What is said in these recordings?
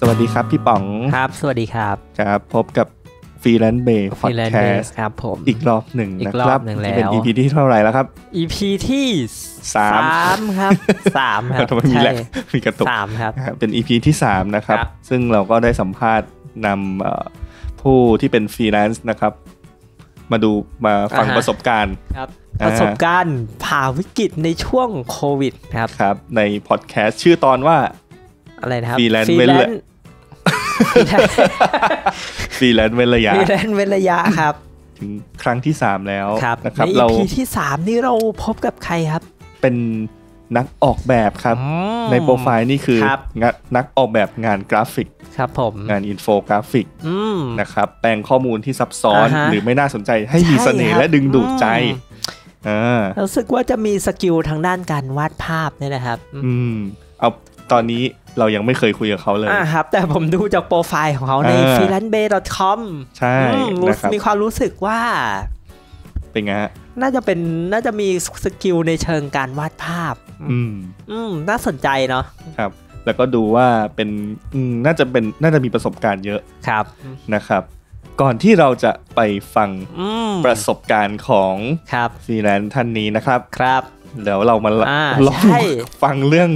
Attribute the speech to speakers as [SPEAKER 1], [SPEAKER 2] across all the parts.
[SPEAKER 1] สวัสดีครับพี่ป๋อง
[SPEAKER 2] ครับ สวัสดีครับ
[SPEAKER 1] ครับพบกับฟรีแลนซ์เบย์พอดแค
[SPEAKER 2] เด
[SPEAKER 1] ส
[SPEAKER 2] ส
[SPEAKER 1] ต์
[SPEAKER 2] ครับผม
[SPEAKER 1] อีกรอบหนึ่ง
[SPEAKER 2] อี
[SPEAKER 1] นะ
[SPEAKER 2] กรอบ
[SPEAKER 1] ครับ
[SPEAKER 2] หนึ่งแล้ว
[SPEAKER 1] ที่เป็น EP ที่เท่าไหร่แล้วครับ
[SPEAKER 2] EP ที่
[SPEAKER 1] สาม
[SPEAKER 2] ม ครับสามครับ
[SPEAKER 1] ทำไมมีแหลกมีกระตุก
[SPEAKER 2] สามครับ
[SPEAKER 1] นะครับเป็น EP ที่ 3 นะครับ
[SPEAKER 2] ครับ
[SPEAKER 1] ซึ่งเราก็ได้สัมภาษณ์นำเอ่อผู้ที่เป็นฟรีแลนซ์นะครับ มาดูมาฟังประสบการณ์
[SPEAKER 2] ครับ
[SPEAKER 1] อ่า
[SPEAKER 2] ประสบการณ์ผ่าวิกฤตในช่วงโควิดครับ
[SPEAKER 1] ครับในพอดแคสต์ชื่อตอนว่า
[SPEAKER 2] อะไรนะครับ
[SPEAKER 1] Freelance
[SPEAKER 2] ฟรี
[SPEAKER 1] เว้น
[SPEAKER 2] แล
[SPEAKER 1] ระ
[SPEAKER 2] นซ์ ฟ
[SPEAKER 1] ฟรีแลนซ์เวลระยะ
[SPEAKER 2] รีแลนซ์เว้นระยะครับ
[SPEAKER 1] ถึงครั้งที่ 3 แล้ว
[SPEAKER 2] ครับ
[SPEAKER 1] นะค
[SPEAKER 2] ใน
[SPEAKER 1] รับ เรา
[SPEAKER 2] EP ที่สามนี่เราพบกับใครครับ
[SPEAKER 1] เป็นนักออกแบบครับ
[SPEAKER 2] อืม
[SPEAKER 1] ในโปรไฟล์นี่คือ
[SPEAKER 2] ครับ
[SPEAKER 1] งะนักออกแบบงานกราฟิก
[SPEAKER 2] ครับผม
[SPEAKER 1] งานอินโฟกราฟิก
[SPEAKER 2] อืม
[SPEAKER 1] นะครับแปลงข้อมูลที่ซับซ้อน
[SPEAKER 2] อ่าฮะ
[SPEAKER 1] หรือไม่น่าสนใจให้มี
[SPEAKER 2] ใช่
[SPEAKER 1] เสน่
[SPEAKER 2] ครั
[SPEAKER 1] ห์
[SPEAKER 2] บ
[SPEAKER 1] และดึงดูดใจ
[SPEAKER 2] อืม
[SPEAKER 1] อ่า
[SPEAKER 2] รู้สึกว่าจะมีสกิลทางด้านการวาดภาพเนี่ยนะครับอืม
[SPEAKER 1] อืมเอาตอนนี้เรายังไม่เคยคุยกับเขาเลย
[SPEAKER 2] อ่าครับ แต่ผมดูจากโปรไฟล์ของเขาใน
[SPEAKER 1] อ่า
[SPEAKER 2] f r e e l a n c e b a y c o m
[SPEAKER 1] ใช่นะครับ
[SPEAKER 2] มีความรู้สึกว่า
[SPEAKER 1] เป็นไงฮะ
[SPEAKER 2] น่าจะเป็นน่าจะมีสกิลในเชิงการวาดภาพ
[SPEAKER 1] อืม
[SPEAKER 2] อืมน่าสนใจเนาะ
[SPEAKER 1] ครับ แล้วก็ดูว่าเป็นอืมน่าจะเป็นน่าจะมีประสบการณ์เยอะ
[SPEAKER 2] ครับ
[SPEAKER 1] นะครับ ก่อนที่เราจะไปฟัง
[SPEAKER 2] อืม
[SPEAKER 1] ประสบการณ์ของ
[SPEAKER 2] ครับ
[SPEAKER 1] ฟรีแลนซ์ท่านนี้นะครับ
[SPEAKER 2] ครับ
[SPEAKER 1] เดี๋ยวเรามาล
[SPEAKER 2] อ่า
[SPEAKER 1] อง
[SPEAKER 2] ใช่
[SPEAKER 1] ฟังเรื่อง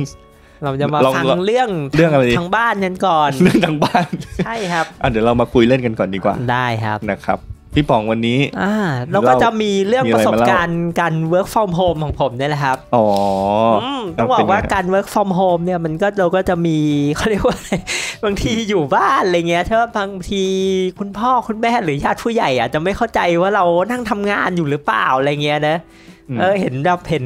[SPEAKER 2] เราจะมา
[SPEAKER 1] ลอง
[SPEAKER 2] ฟังเรื่อง
[SPEAKER 1] เรื่องอะไรดี
[SPEAKER 2] ทางบ้านกันก่อน
[SPEAKER 1] เรื่องทางบ้าน
[SPEAKER 2] ใช่ครับ
[SPEAKER 1] อ่ะเดี๋ยวเรามาคุยเล่นกันก่อนดีกว่า
[SPEAKER 2] ได้ครับ
[SPEAKER 1] นะครับ พี่ป๋องวันนี้
[SPEAKER 2] อ่าเราก็
[SPEAKER 1] เล่า
[SPEAKER 2] จะมีเรื่อง
[SPEAKER 1] มีอะ
[SPEAKER 2] ป
[SPEAKER 1] ไร
[SPEAKER 2] ระสบ
[SPEAKER 1] มาเล่า
[SPEAKER 2] การณ์การ work from home ของผมเนี่ยแหละครับ
[SPEAKER 1] อ๋ออ
[SPEAKER 2] อืมต้องบอ
[SPEAKER 1] เป็
[SPEAKER 2] ก
[SPEAKER 1] นไง
[SPEAKER 2] ว่า
[SPEAKER 1] ฮะ
[SPEAKER 2] การ work from home เนี่ยมันก็เราก็จะมี เขาเรียกว่าอะไร บางทีอยู่บ้านอะไรเงี้ยถ้าบางทีคุณพ่อคุณแม่หรือญาติผู้ใหญ่อาจจะไม่เข้าใจว่าเรานั่งทำงานอยู่หรือเปล่าอะไรเงี้ยนะ
[SPEAKER 1] อืม
[SPEAKER 2] เออเห็นแบบเห็น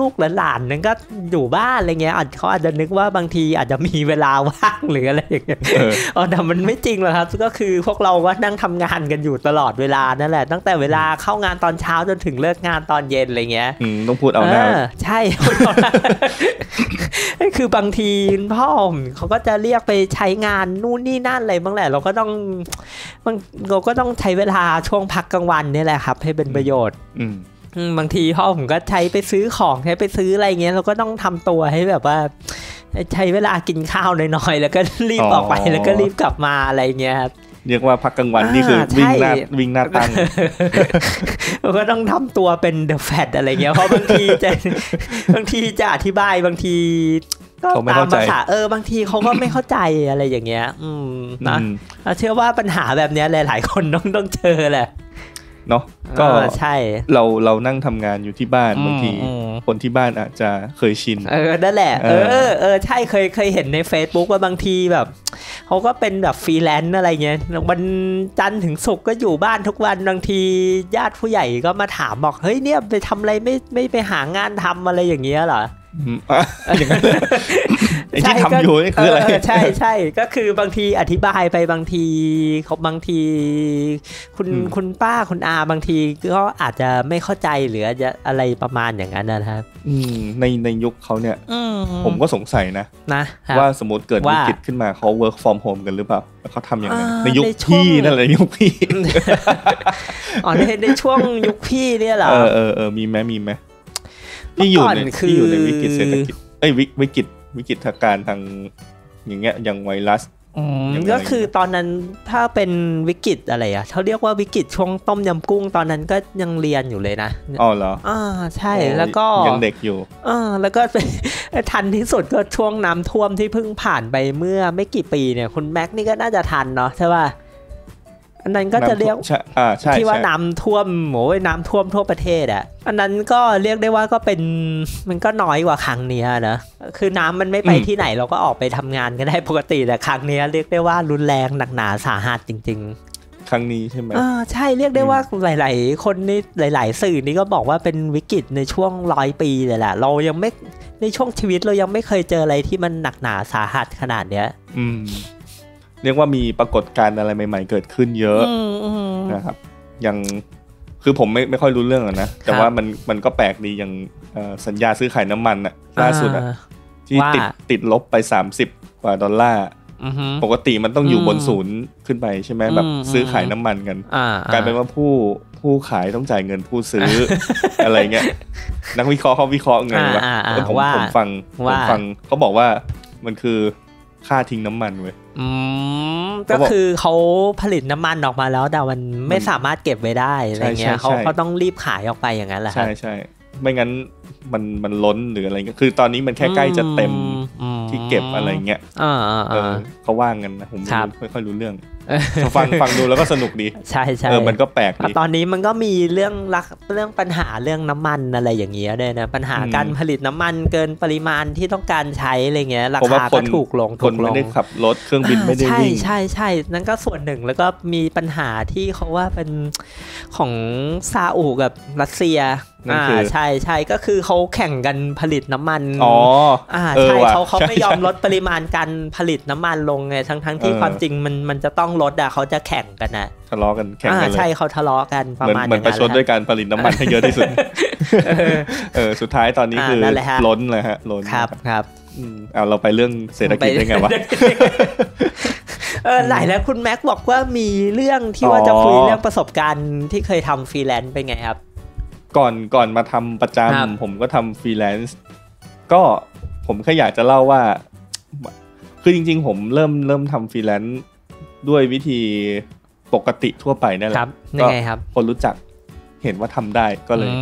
[SPEAKER 2] ลูกๆหลานๆนั่นก็อยู่บ้านอะไรเงี้ยอาจเขาอาจจะนึกว่าบางทีอาจจะมีเวลาว่างหรืออะไรอย่างเงี้ย
[SPEAKER 1] เออ
[SPEAKER 2] เอ๋อแต่มันไม่จริงหรอกครับ ก็คือพวกเราก็นั่งทำงานกันอยู่ตลอดเวลานั่นแหละตั้งแต่เวลาเข้างานตอนเช้าจนถึงเลิกงานตอนเย็นอะไรเงี้ย
[SPEAKER 1] อืมต้องพูดเอาหน้า
[SPEAKER 2] ใช่ คือบางทีคุณพ่อผมเขาก็จะเรียกไปใช้งานนู่นนี่นั่นอะไรบ้างแหละ เราก็ต้องบางเราก็ต้องใช้เวลาช่วงพักกลางวันเนี่ยแหละครับ ให้เป็นประโยชน์
[SPEAKER 1] อืม
[SPEAKER 2] อืมบางทีพ่อผมก็ใช้ไปซื้อของใช้ไปซื้ออะไรเงี้ยเราก็ต้องทำตัวให้แบบว่า ใช้เวลากินข้าวน้อยๆแล้วก็รีบออกไป
[SPEAKER 1] อ๋อ
[SPEAKER 2] แล้วก็รีบกลับมาอะไรเงี้ยครับ
[SPEAKER 1] เรียกว่าพักกลางวัน
[SPEAKER 2] อ่า
[SPEAKER 1] นี่คือวิ่งหน้า
[SPEAKER 2] ใช่
[SPEAKER 1] วิ่งหน้าตั้ง
[SPEAKER 2] เราก็ต้องทำตัวเป็นเดอะแฟตอะไรเงี้ย เพราะบางทีจะ บางทีจะอธิบายบางทีก็
[SPEAKER 1] เขาไม่
[SPEAKER 2] ตาม
[SPEAKER 1] เข้าใจ
[SPEAKER 2] ภาษาเออบางทีเขาก็ไม่เข้าใจอะไรอย่างเงี้ย อืมนะ
[SPEAKER 1] อืม
[SPEAKER 2] เชื่อว่าปัญหาแบบเนี้ยหลาย ๆ คน ต้องต้องเจอแหละ
[SPEAKER 1] เนาะก็
[SPEAKER 2] เออใช่
[SPEAKER 1] เราเรานั่งทำงานอยู่ที่บ้านบางที
[SPEAKER 2] อืม
[SPEAKER 1] คนที่บ้านอาจจะเคยชิน
[SPEAKER 2] เออนั่นแหละ เออ
[SPEAKER 1] เออ
[SPEAKER 2] เออใช่เคยเคยเห็นใน Facebook ว่าบางทีแบบเขาก็เป็นแบบฟรีแลนซ์อะไรเงี้ยวันจันทร์ถึงศุกร์ก็อยู่บ้านทุกวันบางทีญาติผู้ใหญ่ก็มาถามบอกเฮ้ยเนี่ยไปทำอะไรไม่ไม่ไปหางานทำอะไรอย่างเงี้ยเหรอ
[SPEAKER 1] ม อ่ะอย่างนั้นเลยไอ้ที่
[SPEAKER 2] ใช่
[SPEAKER 1] ทำ
[SPEAKER 2] ก็
[SPEAKER 1] อยู่นี่คืออะไร
[SPEAKER 2] เใช่ใช่ก็คือบางทีอธิบายไปบางทีเขาบางที คุณคุณป้าคุณอาบางทีก็อาจจะไม่เข้าใจหรืออาจจะอะไรประมาณอย่างนั้นนะครับ
[SPEAKER 1] อืมในในยุคเขาเนี่ย ผมก็สงสัยนะ
[SPEAKER 2] นะครับ
[SPEAKER 1] ว่าสมมติเกิด
[SPEAKER 2] ว่า
[SPEAKER 1] วิกฤตขึ้นมาเขา work from home กันหรือเปล่าแล้วเขาทำอย่างนั้น
[SPEAKER 2] อ่า
[SPEAKER 1] ในยุค
[SPEAKER 2] ในช่วง
[SPEAKER 1] พี่นั่นแหละยุคพี่
[SPEAKER 2] อ๋อในในช่วงยุคพี่เนี่ยเหรอ
[SPEAKER 1] เออเออเออมีไหมมีไหม
[SPEAKER 2] เมื่
[SPEAKER 1] พี่อ
[SPEAKER 2] อก่
[SPEAKER 1] ยู่
[SPEAKER 2] อน
[SPEAKER 1] ใน
[SPEAKER 2] คือ
[SPEAKER 1] พี่อยู่ในวิกฤตเศรษฐกิจเอ้ยวิวิกฤตวิกฤตการณ์ทางอย่างเงี้ยอย่างไวรัส
[SPEAKER 2] ม
[SPEAKER 1] ยังไง
[SPEAKER 2] ก็คือตอนนั้นถ้าเป็นวิกฤตอะไรอะเขาเรียกว่าวิกฤตช่วงต้มยำกุ้งตอนนั้นก็ยังเรียนอยู่เลยนะ
[SPEAKER 1] อ๋อเหรอ
[SPEAKER 2] อ่าใช่แล้วก็
[SPEAKER 1] ยังเด็กอยู่
[SPEAKER 2] เออแล้วก็ ทันที่สุดก็ช่วงน้ำท่วมที่เพิ่งผ่านไปเมื่อไม่กี่ปีเนี่ย คุณแม็กนี่ก็น่าจะทันเนาะใช่ป่ะอันนั้นก็จะเรียก
[SPEAKER 1] น้ำท่วมใช่อ่าใช่
[SPEAKER 2] ที่ว่า
[SPEAKER 1] ใช่
[SPEAKER 2] น้ำท่วมโอ้ยน้ำท่วมทั่วประเทศอะอันนั้นก็เรียกได้ว่าก็เป็น มันก็น้อยกว่าครั้งเนี้ยนะคือน้ำมันไม่ไปที่ไหนเราก็ออกไปทำงานกันได้ปกติแต่ครั้งเนี้ยเรียกได้ว่ารุนแรงหนักหนาสาหัสจริง
[SPEAKER 1] ค
[SPEAKER 2] ๆ
[SPEAKER 1] รั้งนี้ใช่ไหม
[SPEAKER 2] อ่าใช่เรียกได้ว่าหลาย ๆ คนนี่หลาย ๆ สื่อนี่ก็บอกว่าเป็นวิกฤตในช่วงร้อยปีเลยแหละเรายังไม่ในช่วงชีวิตเรายังไม่เคยเจออะไรที่มันหนักหนาสาหัสขนาดเนี้ย
[SPEAKER 1] อืม เรียกว่ามีปรากฏการณ์อะไรใหม่ ๆ เกิดขึ้นเยอะ
[SPEAKER 2] มอืม
[SPEAKER 1] นะครับ อย่างคือผมไม่ไม่ค่อยรู้เรื่องอะนะ แต่
[SPEAKER 2] ครับ
[SPEAKER 1] ว่ามันมันก็แปลกดีอย่างเอ่อสัญญาซื้อขายน้ำมันอะล่าสุดอะ
[SPEAKER 2] อ่
[SPEAKER 1] ที่ติด
[SPEAKER 2] ว่า
[SPEAKER 1] ติดลบไป 30 กว่าดอลลาร์
[SPEAKER 2] อือฮึ
[SPEAKER 1] ปกติมันต้องอยู่
[SPEAKER 2] อืม
[SPEAKER 1] บนศูนย์ขึ้นไปใช่ไหมแบบ
[SPEAKER 2] อืม
[SPEAKER 1] ซื้อขายน้ำมันกัน
[SPEAKER 2] อ่าก ก
[SPEAKER 1] ลายเป็นว่าผู้ผู้ขายต้องจ่ายเงินผู้ ซื้ออะไรเงี้ยนักวิเคราะห์เขาวิเคราะห์ไงวะ
[SPEAKER 2] อ่าอ่าอ่า
[SPEAKER 1] เออผม
[SPEAKER 2] ว่า
[SPEAKER 1] ผมฟังผ
[SPEAKER 2] ว่า
[SPEAKER 1] มฟังเขาบอกว่ามันคือค่าทิ้งน้ำมันเว้ย
[SPEAKER 2] อืม
[SPEAKER 1] เขา
[SPEAKER 2] ก็
[SPEAKER 1] บอก
[SPEAKER 2] คือเขาผลิตน้ำมันออกมาแล้ว แต่มันไม่สามารถเก็บไว้ได้อะไรเงี้
[SPEAKER 1] ใช่
[SPEAKER 2] ย
[SPEAKER 1] ใช่ใช่
[SPEAKER 2] เขาเขาต้องรีบขายออกไปอย่างนั้นแหละครั
[SPEAKER 1] ใช่
[SPEAKER 2] บ
[SPEAKER 1] ใช่ไม่งั้นมันมันล้นหรืออะไรเงี้ยคือตอนนี้มันแค่ใกล้จะเต็ม
[SPEAKER 2] อืม
[SPEAKER 1] ที่เก็บอะไรเงี้ย
[SPEAKER 2] อ่าอ่า
[SPEAKER 1] เออ
[SPEAKER 2] อ่า
[SPEAKER 1] เขาว่างกันนะผม
[SPEAKER 2] ครับ
[SPEAKER 1] ไม่ค่อยรู้เรื่องฟังฟังดูแล้วก็สนุกดี
[SPEAKER 2] ใช่ใช่
[SPEAKER 1] เออมันก็แปลก
[SPEAKER 2] อ่ะ
[SPEAKER 1] ดี
[SPEAKER 2] ตอนนี้มันก็มีเรื่องรักเรื่องปัญหาเรื่องน้ำมันอะไรอย่างเงี้ยด้วยนะปัญหา
[SPEAKER 1] อืม
[SPEAKER 2] การผลิตน้ำมันเกินปริมาณที่ต้องการใช้อะไรเงี้ยรา
[SPEAKER 1] เพราะว่า
[SPEAKER 2] คา
[SPEAKER 1] ค
[SPEAKER 2] ก็
[SPEAKER 1] น
[SPEAKER 2] ถูกลง
[SPEAKER 1] คน
[SPEAKER 2] ถูกล
[SPEAKER 1] ไม่
[SPEAKER 2] ง
[SPEAKER 1] ได้ขับรถเครื่องบินไม่ได้
[SPEAKER 2] อ่า
[SPEAKER 1] วิ่ง
[SPEAKER 2] ใช่ใช่ใช่นั่นก็ส่วนหนึ่งแล้วก็มีปัญหาที่เขาว่าเป็นของซาอุกับรัสเซีย
[SPEAKER 1] นั่น
[SPEAKER 2] อ่า
[SPEAKER 1] คือ
[SPEAKER 2] ใช่ใช่ก็คือเขาแข่งกันผลิตน้ำมัน
[SPEAKER 1] อ๋อ
[SPEAKER 2] อ่า
[SPEAKER 1] เออ
[SPEAKER 2] ใช่
[SPEAKER 1] ว่ะ
[SPEAKER 2] เขาเขา
[SPEAKER 1] ใช่
[SPEAKER 2] ไม่ยอมลดปริมาณการผลิตน้ำมันลงไงทั้งทั้งที่
[SPEAKER 1] เออ
[SPEAKER 2] ความจริงมันมันจะต้องลดอ่ะเขาจะแข่งกันนะ
[SPEAKER 1] ทะเลาะกันแข่ง
[SPEAKER 2] อ่า
[SPEAKER 1] กันเล
[SPEAKER 2] ใช่
[SPEAKER 1] ย
[SPEAKER 2] เขาทะเลาะกันประ
[SPEAKER 1] เหมือน
[SPEAKER 2] มาณ
[SPEAKER 1] เหมือน
[SPEAKER 2] อ
[SPEAKER 1] ประ
[SPEAKER 2] ย่าง
[SPEAKER 1] ชด
[SPEAKER 2] นั้น
[SPEAKER 1] ด้
[SPEAKER 2] แห
[SPEAKER 1] ว
[SPEAKER 2] ละ
[SPEAKER 1] ยการผลิตน้ ำมันให้เยอะที่สุดเออสุดท้ายตอนนี้คือ
[SPEAKER 2] นั่นแหละฮะ
[SPEAKER 1] ล้นเลยฮะล้น
[SPEAKER 2] ครับครับ
[SPEAKER 1] อืมเอาเราไปเรื่องเศรษฐกิจได้ไงวะ
[SPEAKER 2] เออไหนแล้วคุณแม็กบอกว่ามีเรื่องที่
[SPEAKER 1] อ๋อ
[SPEAKER 2] ว่าจะคุยเรื่องประสบการณ์ที่เคยทำฟรีแลนซ์เป็นไงครับ
[SPEAKER 1] ก่อนก่อนมาทำประจำ
[SPEAKER 2] ครับ
[SPEAKER 1] ผมก็ทำฟรีแลนซ์ก็ผมแค่อยากจะเล่าว่า คือจริง ๆ ผมเริ่มเริ่มทำฟรีแลนซ์ด้วยวิธีปกติทั่วไปนั่นแห
[SPEAKER 2] ครั
[SPEAKER 1] ละ
[SPEAKER 2] บยังไงครับ
[SPEAKER 1] คนรู้จักเห็นว่าทำได้ก็เลย
[SPEAKER 2] อื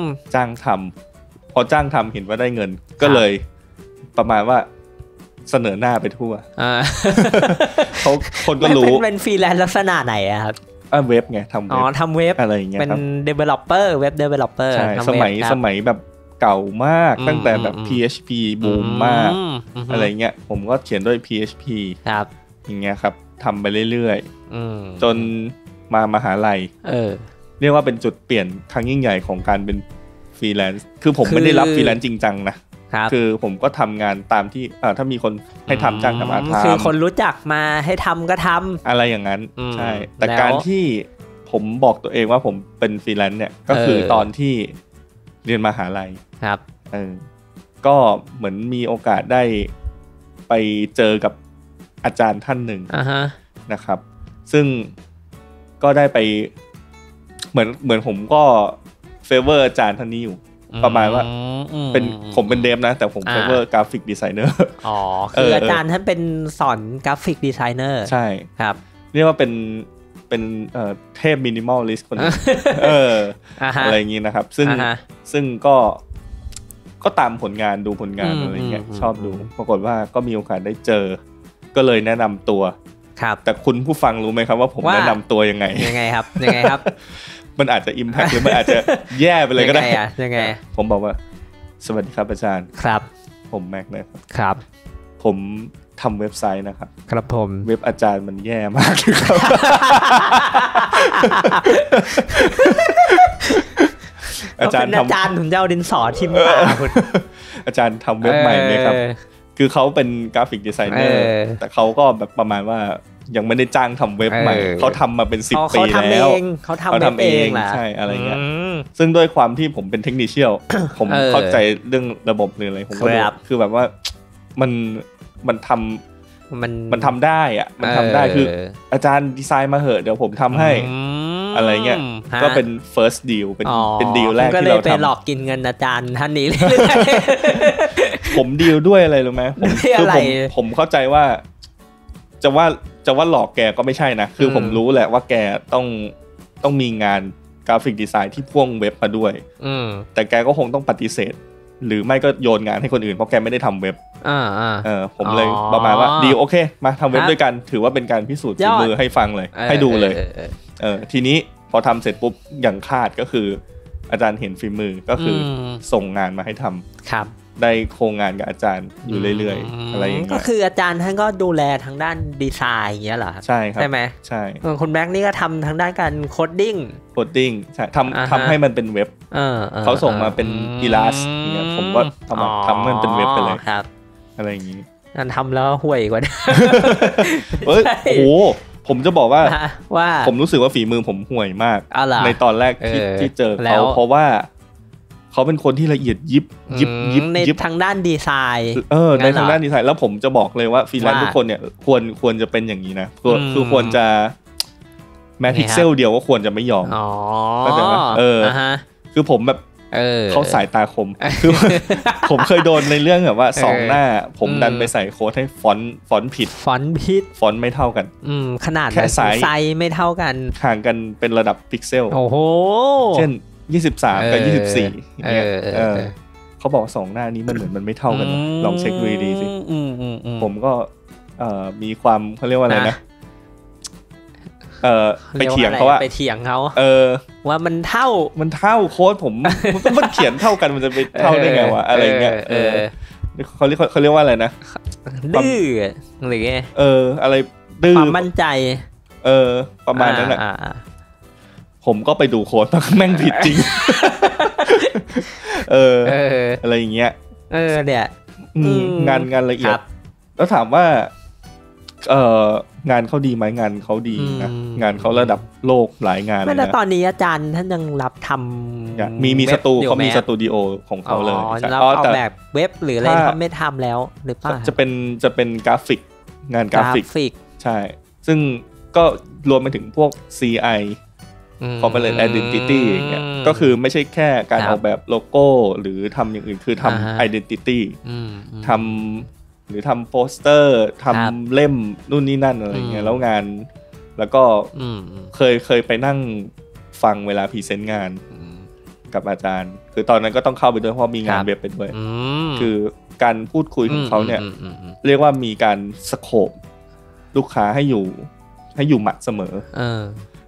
[SPEAKER 2] ม
[SPEAKER 1] จ้างทำพอจ้างทำเห็นว่าได้เงิน ก็
[SPEAKER 2] ครับ
[SPEAKER 1] เลยประมาณว่าเสนอหน้าไปทั่ว
[SPEAKER 2] อ่า
[SPEAKER 1] เขาคนก็รู้
[SPEAKER 2] เป็นเป็นฟรีแลนซ์ลักษณะไหนอะครับ
[SPEAKER 1] อ่ะเว็บไงทำ
[SPEAKER 2] อ๋อ
[SPEAKER 1] เว็บ
[SPEAKER 2] ทำเว็บ
[SPEAKER 1] อะไรอย่างเงี้ย
[SPEAKER 2] เป็น
[SPEAKER 1] ครับ
[SPEAKER 2] developer เว็บ developer
[SPEAKER 1] ใช่
[SPEAKER 2] ทำ
[SPEAKER 1] ส
[SPEAKER 2] เว็บ
[SPEAKER 1] มัย
[SPEAKER 2] ครับ
[SPEAKER 1] สมัยแบบเก่ามาก
[SPEAKER 2] อืม
[SPEAKER 1] ตั้งแต่แบบ
[SPEAKER 2] อืม
[SPEAKER 1] PHP บูมมาก
[SPEAKER 2] อืม
[SPEAKER 1] อะไรเงี้ยผมก็เขียนด้วย PHP
[SPEAKER 2] ครับ
[SPEAKER 1] อย่างเงี้ยครับทำไปเรื่อย
[SPEAKER 2] อืม
[SPEAKER 1] ๆ จนมามหาลัย
[SPEAKER 2] เออ
[SPEAKER 1] เรียกว่าเป็นจุดเปลี่ยนครั้งยิ่งใหญ่ของการเป็นฟรีแลนซ์คือผม
[SPEAKER 2] คือ
[SPEAKER 1] ไม่ได้รับฟรีแลนซ์จริงจังนะครับ คือผมก็ทำงานตามที่เอ่อถ้ามีคนให้ทำจ้างทำอาทา
[SPEAKER 2] คือ
[SPEAKER 1] ม
[SPEAKER 2] คนรู้จักมาให้ทำก็ท
[SPEAKER 1] อะไรอย่างนั้น
[SPEAKER 2] อืม
[SPEAKER 1] ใช่ แต่
[SPEAKER 2] แล้ว
[SPEAKER 1] การที่ผมบอกตัวเองว่าผมเป็นฟรีแลนซ์เนี่ยก็คือ
[SPEAKER 2] เออ
[SPEAKER 1] ตอนที่เรียนมหาลัย
[SPEAKER 2] ำครับ
[SPEAKER 1] เออก็เหมือนมีโอกาสได้ไปเจอกับอาจารย์ท่านหนึ่ง
[SPEAKER 2] อ่าฮะ
[SPEAKER 1] นะครับ ซึ่งก็ได้ไป เหมือนเหมือนผมก็เฟเวอร์อาจารย์ท่านนี้อยู่ ประมาณว่า
[SPEAKER 2] อืม
[SPEAKER 1] เป็นผมเป็นเดฟนะ แต่ผม
[SPEAKER 2] อ่า
[SPEAKER 1] เฟเวอร์กราฟิกดีไซเนอร์
[SPEAKER 2] อ๋อ
[SPEAKER 1] เอ
[SPEAKER 2] คือ
[SPEAKER 1] ออ
[SPEAKER 2] อาจารย์ท่านเป็นสอนกราฟิกดีไซเนอร์
[SPEAKER 1] ใช่
[SPEAKER 2] ครับ
[SPEAKER 1] เรียกว่าเป็นเป็นเอ่อเทพมินิมอลลิสต์คนห นึงเออ
[SPEAKER 2] อ่าฮะ
[SPEAKER 1] อะไรอย่างนี้นะครับ ซึ่ง
[SPEAKER 2] อ่าฮะ
[SPEAKER 1] ซึ่งก็ก็ตามผลงานดูผลงาน
[SPEAKER 2] อืม
[SPEAKER 1] อะไรเงี้ย
[SPEAKER 2] อืม
[SPEAKER 1] ชอบดู
[SPEAKER 2] อืม
[SPEAKER 1] ปรากฏว่าก็มีโอกาสได้เจอ ก็เลยแนะนำตัว
[SPEAKER 2] ครับ
[SPEAKER 1] แต่คุณผู้ฟังรู้ไหมครับว่าผม
[SPEAKER 2] ว่า
[SPEAKER 1] แนะนำตัวยังไง
[SPEAKER 2] ยังไงครับยังไงครับ
[SPEAKER 1] มันอาจจะอิมแพ t หรือมันอาจ จะแย่ไปเลยก็ได้
[SPEAKER 2] งงอะยังไงอะ
[SPEAKER 1] ผมบอกว่า สวัสดีครับอาจารย์
[SPEAKER 2] ครับ
[SPEAKER 1] ผมแม็กนะครับ
[SPEAKER 2] ครับ
[SPEAKER 1] ผมทำเว็บไซต์นะครับ
[SPEAKER 2] ครับผม
[SPEAKER 1] เว็บอาจารย์มันแย่มากเลย ครับ อา
[SPEAKER 2] อา
[SPEAKER 1] จา
[SPEAKER 2] จาร ร
[SPEAKER 1] ย์
[SPEAKER 2] ย์
[SPEAKER 1] ท
[SPEAKER 2] อาจารย์ผมจะเอาดินสอทิมปากคุณ
[SPEAKER 1] ำอาจารย์ทำเว็บใหม่ไหมครับ
[SPEAKER 2] ออ
[SPEAKER 1] คือเขาเป็นกราฟิกดีไซเนอร์
[SPEAKER 2] เออ
[SPEAKER 1] แต่เขาก็แบบประมาณว่ายังไม่ได้จ้างทำเว็บใหม่
[SPEAKER 2] เออ
[SPEAKER 1] เขาทำมาเป็นสิบ
[SPEAKER 2] อ๋อ
[SPEAKER 1] ปี
[SPEAKER 2] เขาทำเอ
[SPEAKER 1] แล้ว
[SPEAKER 2] งเขา
[SPEAKER 1] เขา
[SPEAKER 2] ทำ
[SPEAKER 1] ทำ
[SPEAKER 2] เว็บ
[SPEAKER 1] เอ
[SPEAKER 2] เอง งแหละ
[SPEAKER 1] ใช่อะไรเงี้ย
[SPEAKER 2] ม
[SPEAKER 1] ซึ่งด้วยความที่ผมเป็นเทคนิคเชียล ผม
[SPEAKER 2] เออ
[SPEAKER 1] เข้าใจเรื่องระบบหรืออะไรผมก็ดู
[SPEAKER 2] ครับ
[SPEAKER 1] คือแบบว่ามันมันท
[SPEAKER 2] มัน
[SPEAKER 1] ำมันทำได้อะมันทำได้คือ อาจารย์ดีไซน์มาเหอะเดี๋ยวผมทำให้
[SPEAKER 2] ม
[SPEAKER 1] อะไรเงี้ย
[SPEAKER 2] ฮะ
[SPEAKER 1] ก็เป็น first deal เป็น
[SPEAKER 2] อ๋อ
[SPEAKER 1] เป็นดีลแรกที่เรา
[SPEAKER 2] คุณก็เลยไปหลอ
[SPEAKER 1] ทำ
[SPEAKER 2] กกินเงินอาจารย์ท่านนี้เลยๆ
[SPEAKER 1] ผมดีลด้วยอะไรรู้ไหมผม
[SPEAKER 2] ด้วยอะไร
[SPEAKER 1] ผมผมเข้าใจว่า จะว่าจะว่าหลอกแกก็ไม่ใช่นะ คืออ
[SPEAKER 2] ม
[SPEAKER 1] ผมรู้แหละว่าแกต้องต้องมีงานกราฟิกดีไซน์ที่พ่วงเว็บมาด้วย
[SPEAKER 2] อืม
[SPEAKER 1] แต่แกก็คงต้องปฏิเสธ หรือไม่ก็โยนงานให้คนอื่นเพราะแกไม่ได้ทำเว็บ
[SPEAKER 2] อ่าอ่า
[SPEAKER 1] เออผมเลย
[SPEAKER 2] อ๋อ
[SPEAKER 1] ประมาณว่าดีลโอเค มาทำเว็บ
[SPEAKER 2] ครับ
[SPEAKER 1] ด้วยกัน ถือว่าเป็นการพิสูจน์
[SPEAKER 2] ย
[SPEAKER 1] ฝี
[SPEAKER 2] อด
[SPEAKER 1] มือให้ฟังเลย
[SPEAKER 2] ออ
[SPEAKER 1] ให้ดูเลย
[SPEAKER 2] ออออ
[SPEAKER 1] เออทีนี้พอทำเสร็จปุ๊บอย่างคาดก็คือ อาจารย์เห็นฝีมือก็คืออ
[SPEAKER 2] ม
[SPEAKER 1] ส่งงานมาให้ทำ
[SPEAKER 2] ครับ
[SPEAKER 1] ได้โครงงานกับอาจารย์อยู่เรื่อยๆ อะไรอย่าง
[SPEAKER 2] ก็
[SPEAKER 1] เงี้ย
[SPEAKER 2] คืออาจารย์ท่านก็ดูแลทางด้านดีไซน์อย่างเงี้ยเหรอ
[SPEAKER 1] ใช่ครับ
[SPEAKER 2] ใช่ไหม
[SPEAKER 1] ใช่
[SPEAKER 2] เออคุณแม็กนี่ก็ทำทางด้านการโคดดิ้ง
[SPEAKER 1] โคดดิ้งใช่
[SPEAKER 2] อ่า
[SPEAKER 1] ทำ
[SPEAKER 2] ฮะ
[SPEAKER 1] ทำให้มันเป็นเว็บ
[SPEAKER 2] ออออ
[SPEAKER 1] เขาส่งมาเป็น
[SPEAKER 2] อืม
[SPEAKER 1] กีฬาสอย่างเงี้ยผมก็ทำมา
[SPEAKER 2] อ๋อ
[SPEAKER 1] ทำให้มันเป็นเว็บไปเลย
[SPEAKER 2] ครับ
[SPEAKER 1] อะไรอย่างงี้
[SPEAKER 2] นั่นทำแล้วห่วยกว่า
[SPEAKER 1] เอ้ย
[SPEAKER 2] ใช่
[SPEAKER 1] โอ้โหผมจะบอกว่า
[SPEAKER 2] ว่า
[SPEAKER 1] ผมรู้สึกว่าฝีมือผมห่วยมาก
[SPEAKER 2] เอาล่ะ
[SPEAKER 1] ในตอนแรกที่
[SPEAKER 2] เออ
[SPEAKER 1] ที่เจอ
[SPEAKER 2] แล้
[SPEAKER 1] เขาเพ
[SPEAKER 2] ว
[SPEAKER 1] ราะว่าเขาเป็นคนที่ละเอียดยิบยิบ
[SPEAKER 2] อืม
[SPEAKER 1] ยิบ
[SPEAKER 2] ใน
[SPEAKER 1] ยิบ
[SPEAKER 2] ทางด้านดีไซน์
[SPEAKER 1] เออใน
[SPEAKER 2] งั้นเหรอ
[SPEAKER 1] ทางด้านดีไซน์แล้วผมจะบอกเลยว่าฟรีแลนซ์
[SPEAKER 2] ว่า
[SPEAKER 1] ทุกคนเนี่ยควรควรจะเป็นอย่างนี้นะคือ
[SPEAKER 2] อืม
[SPEAKER 1] คือควรจะแม้
[SPEAKER 2] ไงฮะ
[SPEAKER 1] พิกเซลเดียวก็ควรจะไม่ยอม
[SPEAKER 2] อ๋อ
[SPEAKER 1] เข้าใจไหมเอออ่
[SPEAKER 2] าฮะ
[SPEAKER 1] คือผมแบบ
[SPEAKER 3] เออ
[SPEAKER 1] เขาสายตาคม คือ ผมเคยโดนในเรื่องแบบว่าสอง
[SPEAKER 3] เออ
[SPEAKER 1] หน้า ผมดัน
[SPEAKER 3] อืม
[SPEAKER 1] ไปใส่โค้ดให้ฟอนต์ฟอนต์ผิด
[SPEAKER 2] ฟอนต์พิษ
[SPEAKER 1] ฟอนต์ไม่เท่ากัน
[SPEAKER 2] อืมขนาด
[SPEAKER 1] แค่สาย
[SPEAKER 2] ไซส์ไม่เท่ากัน
[SPEAKER 1] ห่างกันเป็นระดับพิกเซล
[SPEAKER 2] โอ้โห
[SPEAKER 1] เช่น 23 กับ
[SPEAKER 3] เออ
[SPEAKER 1] 24อย่างเงี้ย
[SPEAKER 3] เออเออ
[SPEAKER 1] เออ
[SPEAKER 3] เออ
[SPEAKER 1] เขาบอกสองหน้านี้มันเหมือนมันไม่เท่ากันวะลองเช็คดูดีๆสิ
[SPEAKER 2] อืมอืมอืม
[SPEAKER 1] ผมก็เอ่อมีความเขาเรียกว่าอะไร
[SPEAKER 2] นะ
[SPEAKER 1] นะเออไปเถียงเขา
[SPEAKER 2] รีก
[SPEAKER 1] ว่า
[SPEAKER 2] อะรไปเถียงเขา
[SPEAKER 1] เออ
[SPEAKER 2] ว่ามันเท่า
[SPEAKER 1] มันเท่าโค้ดผม มันก็มันเขียนเท่ากันมันจะไปเท่าได้ไงวะอะไรเงี้ยเอ
[SPEAKER 3] เอ
[SPEAKER 1] อ
[SPEAKER 3] อเออ
[SPEAKER 1] เขาเรียกเขาเรียกว่าอะไรนะ
[SPEAKER 2] ดื้อหรือไง
[SPEAKER 1] เออ อะไรดื้อ
[SPEAKER 2] ความมั่นใจ
[SPEAKER 1] เออ ประมาณนั้นแหละ
[SPEAKER 2] อ่าอ่า
[SPEAKER 1] ผมก็ไปดูโค้ด แม่งผิดจริง เออ
[SPEAKER 3] เออ
[SPEAKER 1] อะไรอย่างเงี้ย
[SPEAKER 2] เออเนี่ย
[SPEAKER 1] อืม
[SPEAKER 2] อืม
[SPEAKER 1] งานงานละเอี
[SPEAKER 2] ค
[SPEAKER 1] ยด
[SPEAKER 2] รับ
[SPEAKER 1] แล้วถามว่า เอองานเขาดีไหมงานเขาดีนะ
[SPEAKER 2] อืม
[SPEAKER 1] งานเขาระดับโลกหลายงานเล
[SPEAKER 2] แม้
[SPEAKER 1] ย
[SPEAKER 2] แต่
[SPEAKER 1] นะ
[SPEAKER 2] ตอนนี้อาจารย์ท่านยังรับทำ
[SPEAKER 1] อย่างมีมี
[SPEAKER 2] ว็บ
[SPEAKER 1] สตู
[SPEAKER 2] อยู่
[SPEAKER 1] เขามี
[SPEAKER 2] ไห
[SPEAKER 1] สตูดิโอของ
[SPEAKER 2] อ๋
[SPEAKER 1] เขา
[SPEAKER 2] อ
[SPEAKER 1] เลยใช่
[SPEAKER 2] แล้ว
[SPEAKER 1] อ๋อ
[SPEAKER 2] ออก
[SPEAKER 1] แต่
[SPEAKER 2] แบบเว็บหรืออะไร
[SPEAKER 1] ถ้า
[SPEAKER 2] ทำไม่ทำแล้วหรือเปล่า
[SPEAKER 1] จะเป็นจะเป็นกราฟิกงานกราฟิก
[SPEAKER 2] ฟิก
[SPEAKER 1] ใช่ ซึ่งก็รวมไปถึงพวก CI
[SPEAKER 3] ม
[SPEAKER 1] Corporate Identity อย่างเงี้ยก็คือไม่ใช่แค่การ
[SPEAKER 3] ครับ
[SPEAKER 1] ออกแบบโลโก้หรือทำอย่างอื่นคือท
[SPEAKER 3] อ่าฮะ
[SPEAKER 1] ำ Identity
[SPEAKER 3] มอืม
[SPEAKER 1] ทำหรือทำโปสเตอร์
[SPEAKER 3] ครับ
[SPEAKER 1] ทำเล่มนู่นนี่นั่นอะไรอย่างเงี้
[SPEAKER 3] อื
[SPEAKER 1] ย
[SPEAKER 3] ม
[SPEAKER 1] แล้วงาน แล้วก็
[SPEAKER 3] อืมอืม
[SPEAKER 1] เคยเคยไปนั่งฟังเวลาพรีเซนต์งาน
[SPEAKER 3] อืม
[SPEAKER 1] กับอาจารย์ คือตอนนั้นก็ต้องเข้าไปด้วยเพราะมีงา
[SPEAKER 3] คน รับ
[SPEAKER 1] เว็บไปด้วย
[SPEAKER 3] อืม
[SPEAKER 1] คือการพูดคุยของเขาเนี่ย
[SPEAKER 3] อืมอืมอืม
[SPEAKER 1] เรียกว่ามีการสโคบลูกค้าให้อยู่ ให้อยู่หมัดเสมอ
[SPEAKER 3] เออ